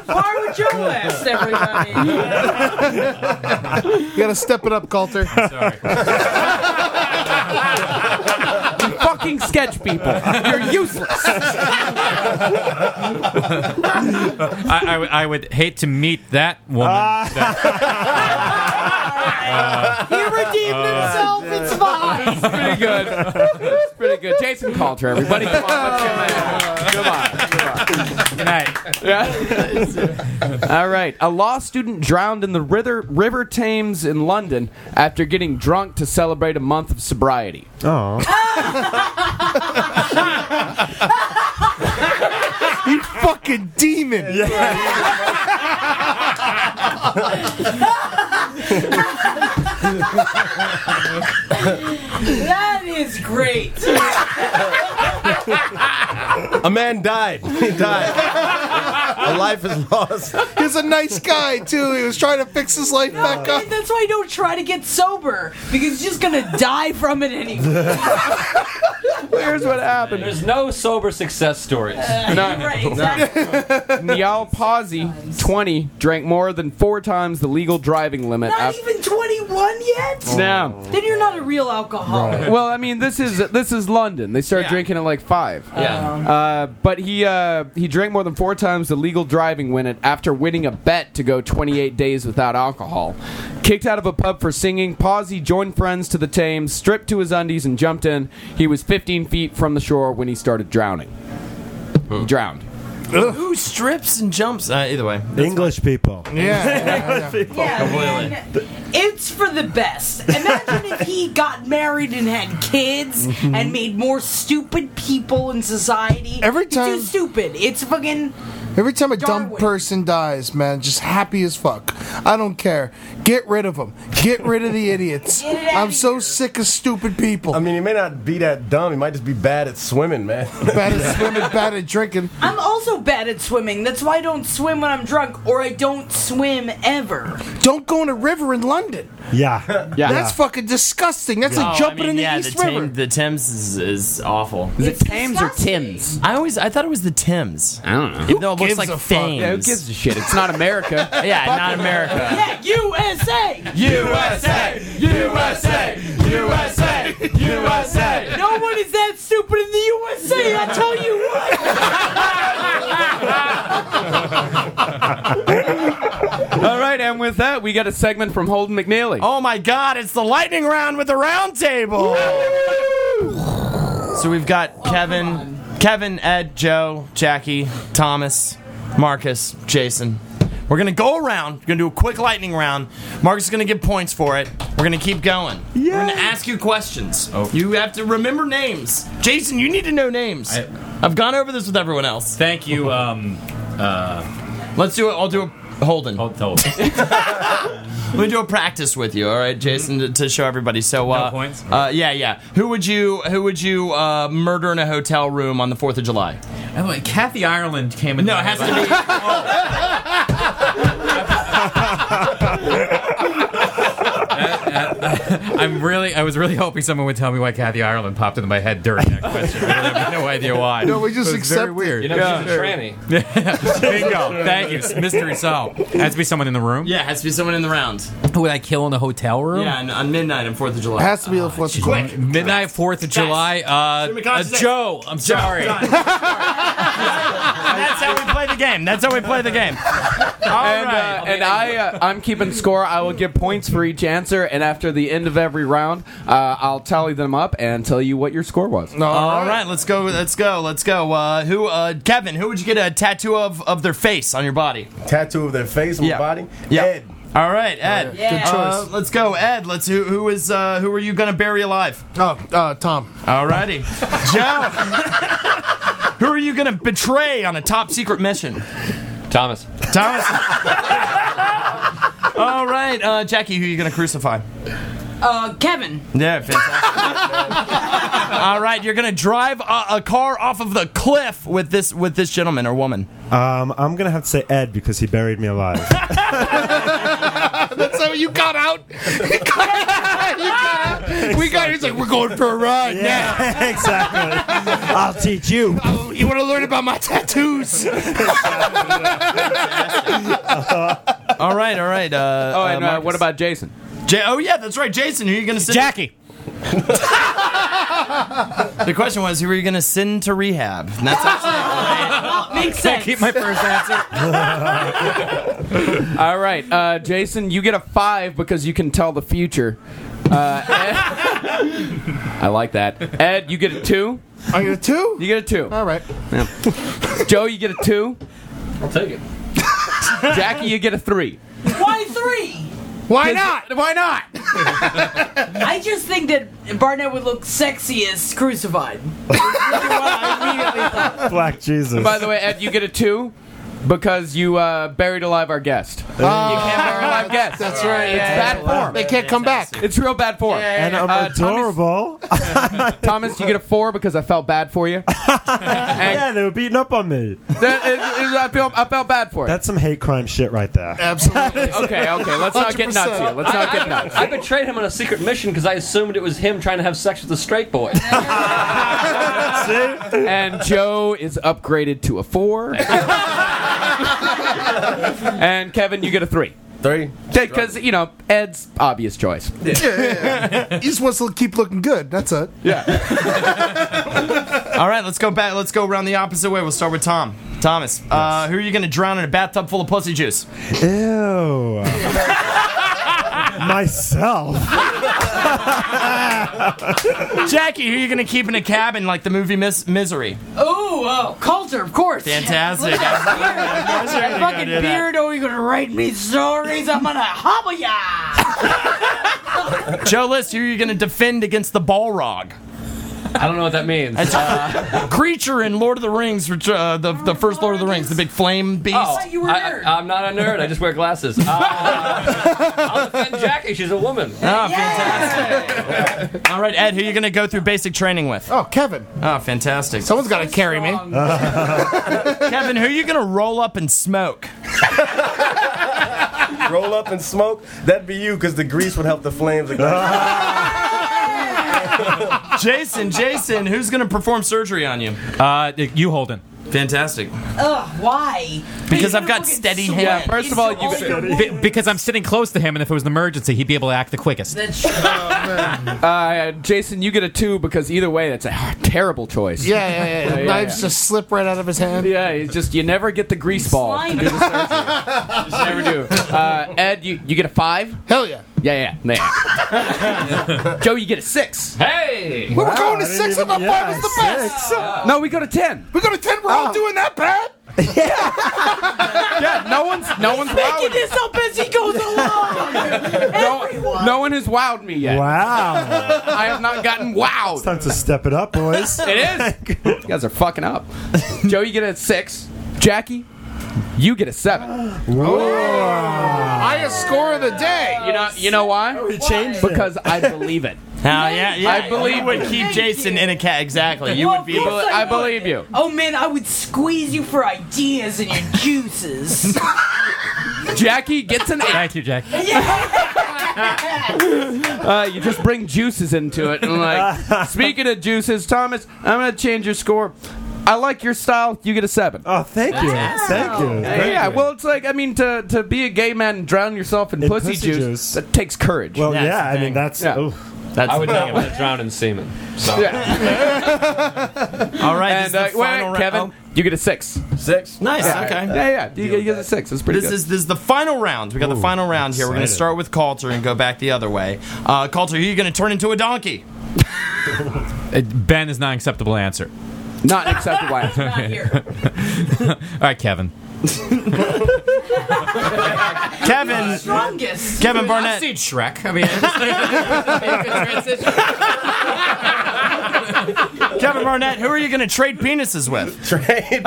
Speaker 9: Why would your ass, [laughs] everybody?
Speaker 7: You gotta step it up, [laughs] Coulter.
Speaker 8: You fucking sketch people. You're useless.
Speaker 1: [laughs]
Speaker 3: I, I would- I would hate to meet that woman.
Speaker 9: he redeemed
Speaker 8: Oh,
Speaker 9: himself. it's fine.
Speaker 8: It's pretty good. It's pretty good. Jason Coulter, everybody. Come on, let's give him a hand. Come
Speaker 3: on.
Speaker 8: Good night. Yeah. All right. A law student drowned in the river, river Thames in London after getting drunk to celebrate a month of sobriety.
Speaker 1: Oh.
Speaker 7: you fucking demon.
Speaker 9: [laughs] that is [laughs] great.
Speaker 12: A man died. He died. A life is lost.
Speaker 7: He's a nice guy too. He was trying to fix his life
Speaker 9: No,
Speaker 7: back up.
Speaker 9: man, that's why you don't try to get sober because you're just gonna die from
Speaker 8: [laughs]
Speaker 9: it anyway.
Speaker 8: Here's what happened.
Speaker 11: There's no sober success stories.
Speaker 9: right, exactly.
Speaker 8: Niall Pawsey, 20, drank more than four times the legal driving limit.
Speaker 9: Not
Speaker 8: after-
Speaker 9: even 21 yet.
Speaker 8: No.
Speaker 9: Then you're not a real alcoholic.
Speaker 8: Well, I mean, this is this is London. They start drinking at like five.
Speaker 9: Yeah.
Speaker 8: Uh, but he uh, he drank more than four times the legal driving limit after winning a bet to go 28 days without alcohol. Kicked out of a pub for singing, Pawsey joined friends to the Thames, stripped to his undies, and jumped in. He was 15 feet from the shore when he started drowning. He drowned.
Speaker 10: Who strips and jumps? Uh, either way,
Speaker 1: English people.
Speaker 10: yeah.
Speaker 9: Completely. It's for the best. Imagine if he got married and had kids
Speaker 7: Mhm.
Speaker 9: and made more stupid people in society.
Speaker 7: Every
Speaker 9: He's
Speaker 7: time-
Speaker 9: too stupid. It's fucking.
Speaker 7: Every time a dumb person dies, man, just happy as fuck. I don't care. Get rid of them. Get rid of [laughs] the idiots. I'm so sick of stupid people.
Speaker 12: I mean, he may not be that dumb. He might just be bad at swimming, man.
Speaker 7: bad [laughs] at swimming, bad at drinking.
Speaker 9: I'm also bad at swimming. That's why I don't swim when I'm drunk, or I don't swim ever.
Speaker 7: Don't go in a river in London.
Speaker 1: [laughs] Yeah.
Speaker 7: Yeah. That's fucking disgusting. That's like jumping in the
Speaker 10: Oh, yeah,
Speaker 7: East
Speaker 10: the Tam-
Speaker 7: River.
Speaker 10: the Thames is, is awful.
Speaker 7: Is it It's
Speaker 10: Thames or Thames? I always I thought it was the Thames.
Speaker 8: I don't know.
Speaker 10: Even though it looks
Speaker 8: gives
Speaker 10: like
Speaker 8: a fuck?
Speaker 10: Thames.
Speaker 8: Yeah, who gives a shit? It's not America. [laughs]
Speaker 10: yeah, not America.
Speaker 9: Yeah, USA!
Speaker 10: USA!
Speaker 8: USA!
Speaker 10: USA! USA!
Speaker 9: No one is that stupid in the USA, I tell you
Speaker 8: All right, and with that, we got a segment from Holden McNeely.
Speaker 10: Oh my God! It's the lightning round with the round table. So we've got Kevin, Kevin, Ed, Joe, Jackie, Thomas, Marcus, Jason. We're gonna go around. We're gonna do a quick lightning round. Marcus is gonna give points for it. We're gonna keep going. We're gonna ask you questions. You have to remember names. Jason, you need to know names. I, have gone over this with everyone else.
Speaker 3: Thank you. Um, uh,
Speaker 10: Let's do it. I'll do a Holden.
Speaker 3: Hold, hold.
Speaker 10: [laughs] We do a practice with you, all right, Jason, to, to show everybody. So, uh, points. Uh, yeah, yeah. Who would you Who would you uh, murder in a hotel room on the Fourth of July?
Speaker 3: By the way, Oh, Kathy Ireland came in.
Speaker 10: No, it has to be.
Speaker 3: [laughs] I'm really. I was really hoping someone would tell me why Kathy Ireland popped into my head during that question. I really have no idea why.
Speaker 7: No, we just
Speaker 3: It was very
Speaker 7: accept it.
Speaker 3: weird.
Speaker 7: You know, she's a
Speaker 11: tranny.
Speaker 3: Bingo. [laughs] Thank you, mystery solved. Has to be someone in the room.
Speaker 10: Yeah, has to be someone in the round.
Speaker 3: Who would I kill in a hotel room?
Speaker 10: Yeah, on, on midnight on Fourth of July.
Speaker 7: Has to be the fourth Ah, quick.
Speaker 3: Midnight Fourth of July. Uh,
Speaker 10: Jimmy
Speaker 3: uh,
Speaker 10: Cox is it.
Speaker 3: Joe, I'm sorry.
Speaker 10: [laughs] That's how we play the game. That's how we play the game. All
Speaker 8: and
Speaker 10: right.
Speaker 8: uh, and I, uh, I'm keeping score. I will give points for each answer, and after the end of every round, uh, I'll tally them up and tell you what your score was.
Speaker 10: All right, let's go. Let's go. Let's go. Uh, who, uh, Kevin? Who would you get a tattoo of of their face on your body?
Speaker 12: Tattoo of their face on
Speaker 10: Yeah.
Speaker 12: my body.
Speaker 10: Yeah. All right, Ed.
Speaker 7: Yeah. Good
Speaker 10: Uh,
Speaker 7: choice.
Speaker 10: let's go, Ed. Let's who who is uh, who are you gonna bury alive?
Speaker 7: Oh, uh, Tom.
Speaker 10: All
Speaker 7: [laughs]
Speaker 10: righty, Joe. [laughs] who are you gonna betray on a top secret mission?
Speaker 11: Thomas.
Speaker 10: Thomas. All right, uh, Jackie. Who are you gonna crucify?
Speaker 9: Uh, Kevin.
Speaker 10: Yeah, fantastic.
Speaker 7: [laughs]
Speaker 10: All right, you're gonna drive a, a car off of the cliff with this with this gentleman or woman.
Speaker 1: Um, I'm gonna have to say Ed because he buried me
Speaker 8: [laughs]
Speaker 1: alive.
Speaker 7: That's how you got out. You got out. You got out. We got. He's like, we're going for a ride
Speaker 1: yeah, exactly. I'll teach you.
Speaker 7: now. You want to learn about my tattoos?
Speaker 10: All right, all right. Uh,
Speaker 8: Oh, and uh,
Speaker 10: Marcus.
Speaker 8: what about Jason?
Speaker 10: J- oh yeah, that's right, Jason. Who are you gonna send? [laughs]
Speaker 3: Jackie.
Speaker 10: The question was, who are you going to send to rehab? And that's actually
Speaker 9: Makes sense.
Speaker 3: keep my first answer.
Speaker 8: [laughs] All right, uh, Jason, you get a five because you can tell the future. Uh, [laughs] Ed- I like that. Ed, you get a two.
Speaker 7: I get a two.
Speaker 8: You get a two. All
Speaker 7: right.
Speaker 8: Joe, you get a two.
Speaker 11: I'll take it.
Speaker 8: Jackie, you get a three.
Speaker 9: [laughs] Why three?
Speaker 7: Why not? Why not?
Speaker 9: I just think that Barnett would look sexiest crucified.
Speaker 1: Black Jesus.
Speaker 8: And by the way, Ed, you get a two because you uh, buried alive our guest.
Speaker 7: Oh.
Speaker 8: you can't bury alive guests.
Speaker 7: That's right.
Speaker 8: It's
Speaker 7: Yeah,
Speaker 8: bad
Speaker 7: yeah,
Speaker 8: form. They can't come back. It's real bad form.
Speaker 1: And I'm
Speaker 8: Uh, Thomas,
Speaker 1: adorable.
Speaker 8: Thomas, you get a four because I felt bad for you.
Speaker 1: [laughs] yeah, they were beating up on me.
Speaker 8: [laughs] That is- is- I, feel, I felt bad for it.
Speaker 1: That's some hate crime shit right there.
Speaker 7: Absolutely.
Speaker 8: okay, okay. Let's not get nuts here. Let's not get nuts.
Speaker 11: I betrayed him on a secret mission because I assumed it was him trying to have sex with a straight boy.
Speaker 8: and Joe is upgraded to a [laughs] four. and Kevin, you get a three.
Speaker 12: Three.
Speaker 8: Because, you know, Ed's obvious choice.
Speaker 7: He just wants to keep looking good. That's it.
Speaker 10: All right, let's go back. Let's go around the opposite way. We'll start with Tom. Thomas, uh, who are you going to drown in a bathtub full of pussy juice?
Speaker 8: [laughs]
Speaker 1: Ew. Myself.
Speaker 10: Jackie, who are you going to keep in a cabin like the movie Mis- Misery?
Speaker 9: Oh, oh, Coulter, of course.
Speaker 10: Fantastic.
Speaker 9: Look at
Speaker 10: [laughs]
Speaker 9: that beard.
Speaker 10: you
Speaker 9: that
Speaker 10: gonna
Speaker 9: fucking
Speaker 10: do that.
Speaker 9: beard. Oh, you gonna write me stories? I'm gonna [laughs] hobble ya.
Speaker 10: Joe List, who are you going to defend against the Balrog?
Speaker 11: I don't know what that means.
Speaker 10: That's creature in Lord of the Rings, which, uh, the, the first Lord of the Rings, the big flame beast.
Speaker 11: Oh,
Speaker 9: you were
Speaker 11: I,
Speaker 9: nerd.
Speaker 11: I, am not a nerd. I just wear glasses. Uh, I'll defend Jackie. She's a woman.
Speaker 10: Ah,
Speaker 9: fantastic.
Speaker 10: All right, Ed, who are you going to go through basic training with?
Speaker 7: Oh, Kevin.
Speaker 10: Oh, fantastic.
Speaker 7: Someone's got to carry me.
Speaker 10: Kevin, who are you going to roll up and smoke?
Speaker 12: Roll up and smoke. That'd be you, because the grease would help the
Speaker 1: [laughs]
Speaker 12: flames. ignite.
Speaker 10: Jason, Jason, who's going to perform surgery on you?
Speaker 3: Uh, you Holden.
Speaker 10: Fantastic.
Speaker 9: Ugh, why?
Speaker 10: Because I've
Speaker 9: You
Speaker 10: got
Speaker 9: look at
Speaker 10: steady
Speaker 9: so-
Speaker 10: hand.
Speaker 8: First of all,
Speaker 9: so
Speaker 8: you-
Speaker 9: old.
Speaker 3: Be-
Speaker 9: [laughs]
Speaker 3: because I'm sitting close to him, and if it was an emergency, he'd be able to act the quickest.
Speaker 9: That's true.
Speaker 8: Uh, Jason, you get a two because either way, that's a terrible choice.
Speaker 7: Yeah, yeah, yeah.
Speaker 8: yeah,
Speaker 7: Knives
Speaker 8: yeah.
Speaker 7: just slip right out of his hand.
Speaker 8: Yeah, it's just you never get the grease ball. to do the surgery. You just never do. Uh, Ed, you, you get a five?
Speaker 7: Hell yeah.
Speaker 8: Yeah, yeah, yeah.
Speaker 7: [laughs]
Speaker 8: Joe, you get a six.
Speaker 11: Hey!
Speaker 7: we were going to
Speaker 1: I didn't
Speaker 7: six. I
Speaker 1: even-
Speaker 7: thought
Speaker 1: yeah,
Speaker 7: five was the best.
Speaker 8: No, we go to ten. Oh.
Speaker 7: We go to ten. We're all doing that bad.
Speaker 8: [laughs] Yeah, no one's no one's
Speaker 9: Making
Speaker 8: wowed.
Speaker 9: this up as he goes along.
Speaker 8: No,
Speaker 9: Everyone.
Speaker 8: no one has wowed me yet.
Speaker 1: Wow.
Speaker 8: I have not gotten wowed.
Speaker 1: Time to step it up, boys.
Speaker 8: It is. you guys are fucking up. Joe, you get a six. Jackie, you get a seven.
Speaker 7: Highest score of the day.
Speaker 8: You know, you know why?
Speaker 7: Oh,
Speaker 1: We changed it.
Speaker 8: Because I believe it.
Speaker 10: Now, yeah, yeah.
Speaker 8: I believe
Speaker 10: you would
Speaker 8: you.
Speaker 10: keep
Speaker 9: Thank
Speaker 10: Jason
Speaker 9: you.
Speaker 10: in a cat. Exactly. You
Speaker 9: Well,
Speaker 10: would be.
Speaker 9: of course
Speaker 8: I
Speaker 9: would.
Speaker 8: believe you.
Speaker 9: Oh man, I would squeeze you for ideas and your juices.
Speaker 8: [laughs] Jackie gets an eight.
Speaker 3: Thank you, Jackie.
Speaker 8: Uh, you just bring juices into it. And
Speaker 10: [laughs]
Speaker 8: like, speaking of juices, Thomas, I'm gonna change your score. I like your style. You get a seven.
Speaker 1: Oh, thank you. Thank you. Thank
Speaker 8: yeah,
Speaker 1: you.
Speaker 8: well, it's like I mean, to to be a gay man and drown yourself in,
Speaker 1: In
Speaker 8: pussy,
Speaker 1: pussy
Speaker 8: juice,
Speaker 1: juice.
Speaker 8: that takes courage.
Speaker 1: Well,
Speaker 10: That's
Speaker 1: yeah,
Speaker 10: the
Speaker 1: I
Speaker 10: thing.
Speaker 1: mean, that's.
Speaker 8: Yeah.
Speaker 1: ooh.
Speaker 10: That's
Speaker 11: I would
Speaker 10: the
Speaker 11: not
Speaker 10: thing.
Speaker 11: want to drown in semen. So.
Speaker 8: yeah.
Speaker 10: All right.
Speaker 8: And
Speaker 10: this
Speaker 8: uh,
Speaker 10: is the
Speaker 8: wait,
Speaker 10: final
Speaker 8: Kevin,
Speaker 10: round. Oh,
Speaker 8: you get a six.
Speaker 12: Six.
Speaker 10: Nice.
Speaker 8: Yeah,
Speaker 10: okay.
Speaker 8: Yeah, yeah. You, get- you get a six. That's pretty
Speaker 10: This
Speaker 8: good.
Speaker 10: is this is the final round. We got the final round here. We're going to
Speaker 1: excited.
Speaker 10: start with Coulter and go back the other way. Uh, Coulter, who are you going to turn into a donkey?
Speaker 3: Uh, [laughs] Ben is not an acceptable answer.
Speaker 8: Not acceptable.
Speaker 10: [laughs]
Speaker 8: answer.
Speaker 9: Not here.
Speaker 3: All right, Kevin.
Speaker 10: Kevin.
Speaker 9: Strongest.
Speaker 10: Kevin Barnett.
Speaker 3: seen Shrek. I mean, I
Speaker 10: [laughs] Kevin Barnett. Who are you going to trade penises with?
Speaker 12: Train.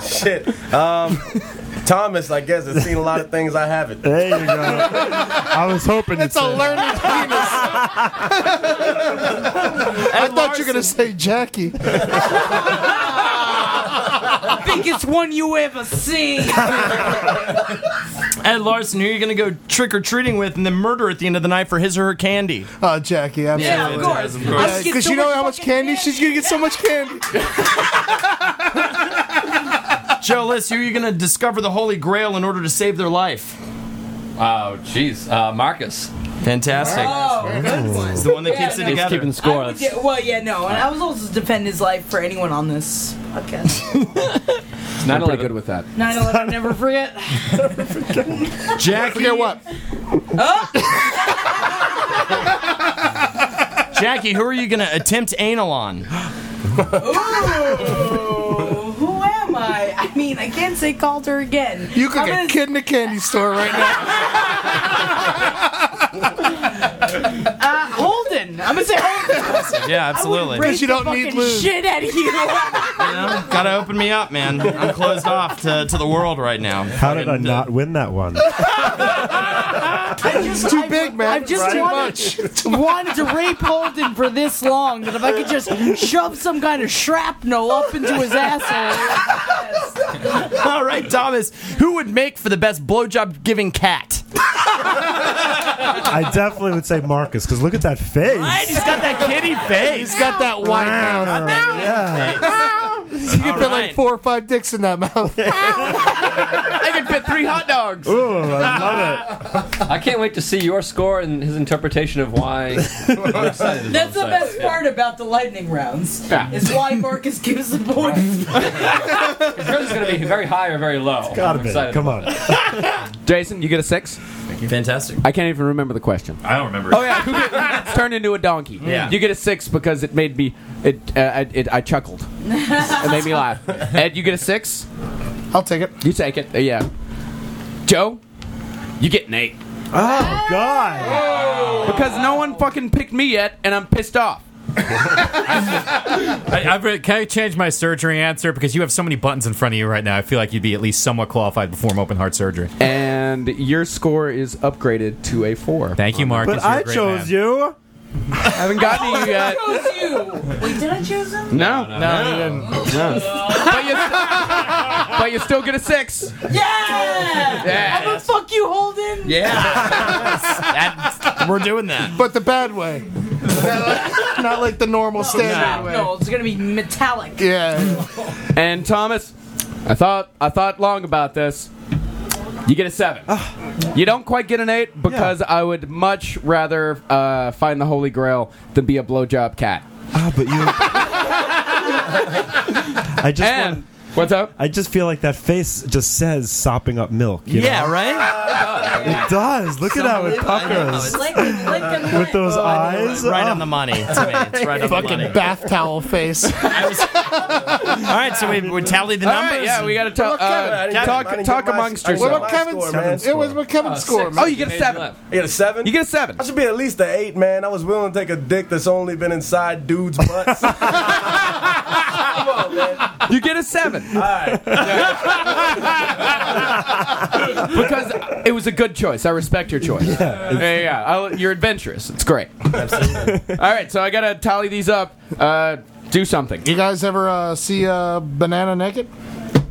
Speaker 12: Shit. Um, Thomas, I guess, has seen a lot of things I haven't.
Speaker 1: There you go. I was hoping
Speaker 7: It's
Speaker 1: you'd
Speaker 7: a
Speaker 1: say-
Speaker 7: learning penis. I thought you were gonna say Jackie.
Speaker 9: Biggest one you ever see.
Speaker 10: Ed Larson. Who are you going to go trick or treating with and then murder at the end of the night for his or her candy?
Speaker 7: Oh, Jackie,
Speaker 9: Yeah, of
Speaker 7: absolutely.
Speaker 9: course.
Speaker 10: of
Speaker 9: I just get
Speaker 7: Because
Speaker 9: so
Speaker 7: you know how much
Speaker 9: fucking
Speaker 7: candy? She's gonna get so much candy.
Speaker 10: Joe List. Who are you going to discover the Holy Grail in order to save their life?
Speaker 11: Oh, jeez. Uh, Marcus.
Speaker 10: Fantastic.
Speaker 9: Oh, good one.
Speaker 10: He's the one that keeps it
Speaker 11: He's
Speaker 10: together.
Speaker 11: keeping score.
Speaker 9: I would do- well, yeah, no, and I was also to defend his life for anyone on this podcast.
Speaker 7: [laughs]
Speaker 8: I'm pretty good with that.
Speaker 9: 9/11,
Speaker 7: [laughs]
Speaker 9: never forget.
Speaker 8: Jack,
Speaker 7: forget what?
Speaker 10: [laughs] Jackie, who are you going to attempt anal on?
Speaker 9: Ooh, who am I? I mean, I can't say Calder again.
Speaker 7: You could
Speaker 9: I'm
Speaker 7: get
Speaker 9: gonna-
Speaker 7: kid in a candy store right now.
Speaker 9: uh, Holden. I'm gonna say [laughs] Holden.
Speaker 10: Yeah, absolutely.
Speaker 9: Raise the fucking Shit out
Speaker 7: [laughs]
Speaker 9: of you.
Speaker 10: [laughs] Gotta open me up, man. I'm closed off to, to the world right now. uh,
Speaker 1: How did I not win that one?
Speaker 9: it's too big, man. I've just
Speaker 7: It's too
Speaker 9: wanted, [laughs] wanted to rape Holden for this long that if I
Speaker 7: [laughs]
Speaker 9: could just shove some kind of shrapnel up into his asshole.
Speaker 10: [laughs] All right, Thomas, who would make for the best blowjob giving cat?
Speaker 1: I definitely would say Marcus because look at that face.
Speaker 10: He's got that kitty face.
Speaker 7: He's got that white mouth. You can
Speaker 10: All
Speaker 7: fit
Speaker 10: right.
Speaker 7: like four or five dicks in that [laughs] mouth.
Speaker 10: I can fit three hot dogs.
Speaker 1: Ooh, I love it.
Speaker 11: I can't wait to see your score and his interpretation of why. I'm excited
Speaker 9: That's the
Speaker 11: about that.
Speaker 9: best part about the lightning rounds.
Speaker 11: Yeah.
Speaker 9: Is why Marcus gives the points. [laughs]
Speaker 11: Yours is going to be very high or very low.
Speaker 1: Gotta
Speaker 11: I'm
Speaker 1: be.
Speaker 11: excited
Speaker 1: Come
Speaker 11: about
Speaker 1: on.
Speaker 8: Jason, you get a six.
Speaker 10: Fantastic.
Speaker 8: I can't even remember the question.
Speaker 13: I don't remember.
Speaker 8: Oh yeah, who gets turned into a donkey?
Speaker 10: Yeah.
Speaker 8: You get a six because it made me. It, uh, I- it I chuckled. It made me laugh. Ed, you get a six.
Speaker 7: I'll take it.
Speaker 8: You take it. Uh, yeah. Joe, you get an eight
Speaker 1: Oh God!
Speaker 8: because no one fucking picked me yet, and I'm pissed off.
Speaker 13: I, I've re- can I change my surgery answer because you have so many buttons in front of you right now? I feel like you'd be at least somewhat qualified to perform open heart surgery.
Speaker 8: And your score is upgraded to a four.
Speaker 13: Thank you, Marcus.
Speaker 1: But
Speaker 13: You're a
Speaker 1: I
Speaker 13: great
Speaker 1: chose
Speaker 13: man.
Speaker 1: you.
Speaker 8: I haven't gotten you yet.
Speaker 9: chose you. Wait, did I choose him?
Speaker 8: No, no, you didn't. No. but, you, but you still get a six.
Speaker 9: Yeah!
Speaker 8: Yeah.
Speaker 9: I'm gonna fuck you, Holden.
Speaker 10: Yeah. That- we're doing that.
Speaker 7: But the bad way. Not like the normal standard way.
Speaker 9: Shrapnel. It's gonna be metallic.
Speaker 7: Yeah.
Speaker 8: And Thomas, I thought I thought long about this. You get a seven. You don't quite get an eight because I would much rather uh, find the Holy Grail than be a blowjob cat.
Speaker 1: Ah, but you. I just
Speaker 8: and
Speaker 1: wanna-
Speaker 8: what's up?
Speaker 1: I just feel like that face just says sopping up milk. you know?
Speaker 10: Yeah, right?
Speaker 1: it does. Look at how it puckers
Speaker 9: Like, like a
Speaker 1: with [laughs] those eyes.
Speaker 10: Right
Speaker 1: Oh.
Speaker 10: on the money. It's, me. it's right on the money.
Speaker 7: Fucking bath towel
Speaker 10: [laughs]
Speaker 7: face.
Speaker 10: All right, so we, we tally the
Speaker 8: All
Speaker 10: numbers.
Speaker 8: right, yeah, we got to talk.
Speaker 12: I
Speaker 8: Uh,
Speaker 12: didn't get- I
Speaker 8: talk
Speaker 12: didn't
Speaker 8: talk
Speaker 12: get my-
Speaker 8: amongst
Speaker 12: I didn't
Speaker 7: What
Speaker 12: get
Speaker 7: about
Speaker 8: yourselves.
Speaker 12: my
Speaker 7: Kevin's
Speaker 12: score,
Speaker 7: score?
Speaker 12: man,
Speaker 7: It was
Speaker 12: score.
Speaker 7: what Kevin's score,
Speaker 8: Oh,
Speaker 7: man.
Speaker 8: you get a
Speaker 11: Page
Speaker 8: seven.
Speaker 11: left.
Speaker 12: I get a seven.
Speaker 8: You get a seven.
Speaker 12: I should be at least an eight, man. I was willing to take a dick that's only been inside dudes' butts.
Speaker 10: [laughs]
Speaker 12: Come on, man.
Speaker 8: You get a seven
Speaker 12: All right.
Speaker 8: [laughs] because it was a good choice. I respect your choice. Yeah, yeah, yeah. I'll- you're adventurous. It's great. All right, so I gotta tally these up. Uh, do something.
Speaker 7: You guys ever uh, see uh, banana naked?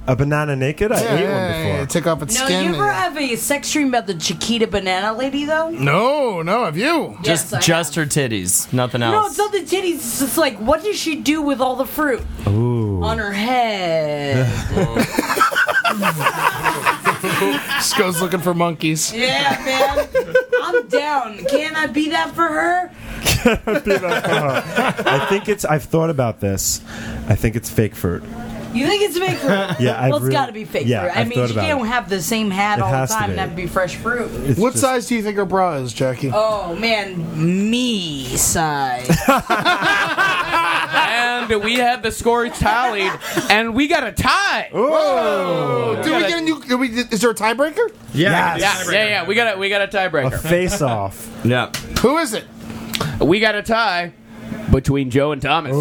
Speaker 1: A banana naked? I ate one before.
Speaker 7: Take off its
Speaker 9: No,
Speaker 7: skin.
Speaker 9: you
Speaker 7: and-
Speaker 9: ever have a sex dream about the Chiquita banana lady though?
Speaker 7: no, no, have you?
Speaker 10: Just,
Speaker 9: Yes, I
Speaker 10: just her titties, nothing
Speaker 9: No, it's
Speaker 10: else.
Speaker 9: not the titties. It's just like, what does she do with all the fruit? On her head.
Speaker 7: Just goes looking for monkeys.
Speaker 9: yeah, man. I'm down. Can I be that for her?
Speaker 1: I think it's. I've thought about this. I think it's fake fruit.
Speaker 9: You think it's fake fruit?
Speaker 1: Yeah, I've
Speaker 9: well, it's
Speaker 1: really-
Speaker 9: got to be fake
Speaker 1: yeah,
Speaker 9: fruit. I
Speaker 1: I've
Speaker 9: mean,
Speaker 1: thought
Speaker 9: she
Speaker 1: about
Speaker 9: don't
Speaker 1: it.
Speaker 9: have the same hat
Speaker 1: It
Speaker 9: all the
Speaker 1: has to
Speaker 9: time.
Speaker 1: be.
Speaker 9: That'd be fresh fruit.
Speaker 1: It's
Speaker 7: What
Speaker 1: just-
Speaker 7: size do you think her bra is, Jackie?
Speaker 9: Oh man, me
Speaker 1: [laughs]
Speaker 9: size.
Speaker 8: And we have the score tallied, and we got a tie.
Speaker 7: Did we get a new? Did we, is there a tiebreaker?
Speaker 1: Yes.
Speaker 8: Yeah, yeah, yeah. We got a we got a
Speaker 1: A
Speaker 8: tiebreaker.
Speaker 1: face off.
Speaker 10: Yeah.
Speaker 7: Who is it?
Speaker 8: We got a tie between Joe and Thomas.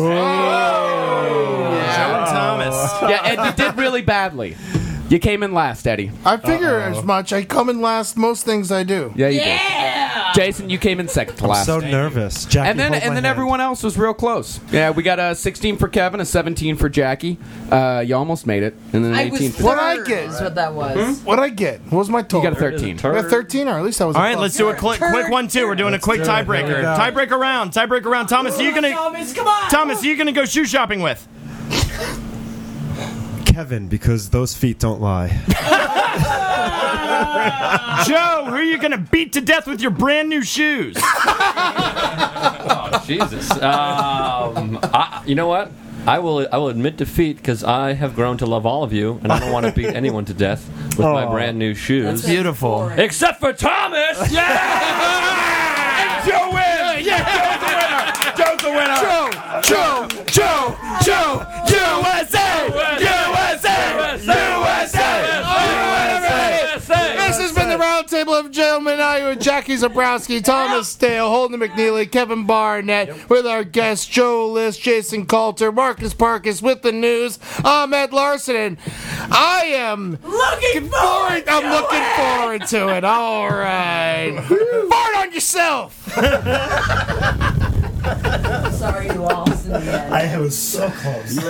Speaker 10: Thomas.
Speaker 8: Yeah, and you did really badly. You came in last, Eddie.
Speaker 7: I figure as much. I come in last most things I do.
Speaker 8: Yeah, you
Speaker 9: yeah.
Speaker 8: did. Jason, you came in second to
Speaker 1: I'm
Speaker 8: last.
Speaker 1: so nervous. Jackie,
Speaker 8: and then
Speaker 1: hold my
Speaker 8: and then
Speaker 1: hand.
Speaker 8: everyone else was real close. Yeah, we got a 16 for Kevin, a 17 for Jackie. Uh, you almost made it, and then an
Speaker 9: I was
Speaker 8: 18
Speaker 9: third.
Speaker 8: for
Speaker 7: What I get-
Speaker 9: is what that was.
Speaker 7: What I get? What was my total?
Speaker 8: you got a 13.
Speaker 7: I got 13, or at least I was.
Speaker 10: All right, let's do a quick, quick one too. We're doing a quick
Speaker 1: do it. Here we
Speaker 10: tiebreaker.
Speaker 1: go.
Speaker 10: Tiebreaker round. Tiebreaker round. Thomas, are you gonna
Speaker 9: Thomas, come on.
Speaker 10: Thomas, are you gonna go shoe shopping with?
Speaker 1: Kevin, because those feet don't lie.
Speaker 14: Joe, who are you going to beat to death with your brand new shoes?
Speaker 11: Oh, Jesus. Um, I, you know what? I will I will admit defeat because I have grown to love all of you, and I don't want to
Speaker 10: [laughs]
Speaker 11: beat anyone to death with my
Speaker 10: Aw.
Speaker 11: brand new shoes.
Speaker 10: That's beautiful.
Speaker 11: Except for Thomas. [laughs] Yeah.
Speaker 14: and Joe wins. Joe's the winner.
Speaker 4: Joe, Joe, Joe, USA,
Speaker 10: [laughs]
Speaker 4: USA, USA,
Speaker 7: This has been the roundtable of gentlemen. I with Jackie Zabrowski, Thomas Stale, Holden McNeely, Kevin Barnett, with our guests Joe List, Jason Coulter, Marcus Parkus with the news. I'm Ed Larson. And I am looking forward. I'm looking forward to it. All right, fart on yourself.
Speaker 9: Sorry, you all.
Speaker 15: I was so close.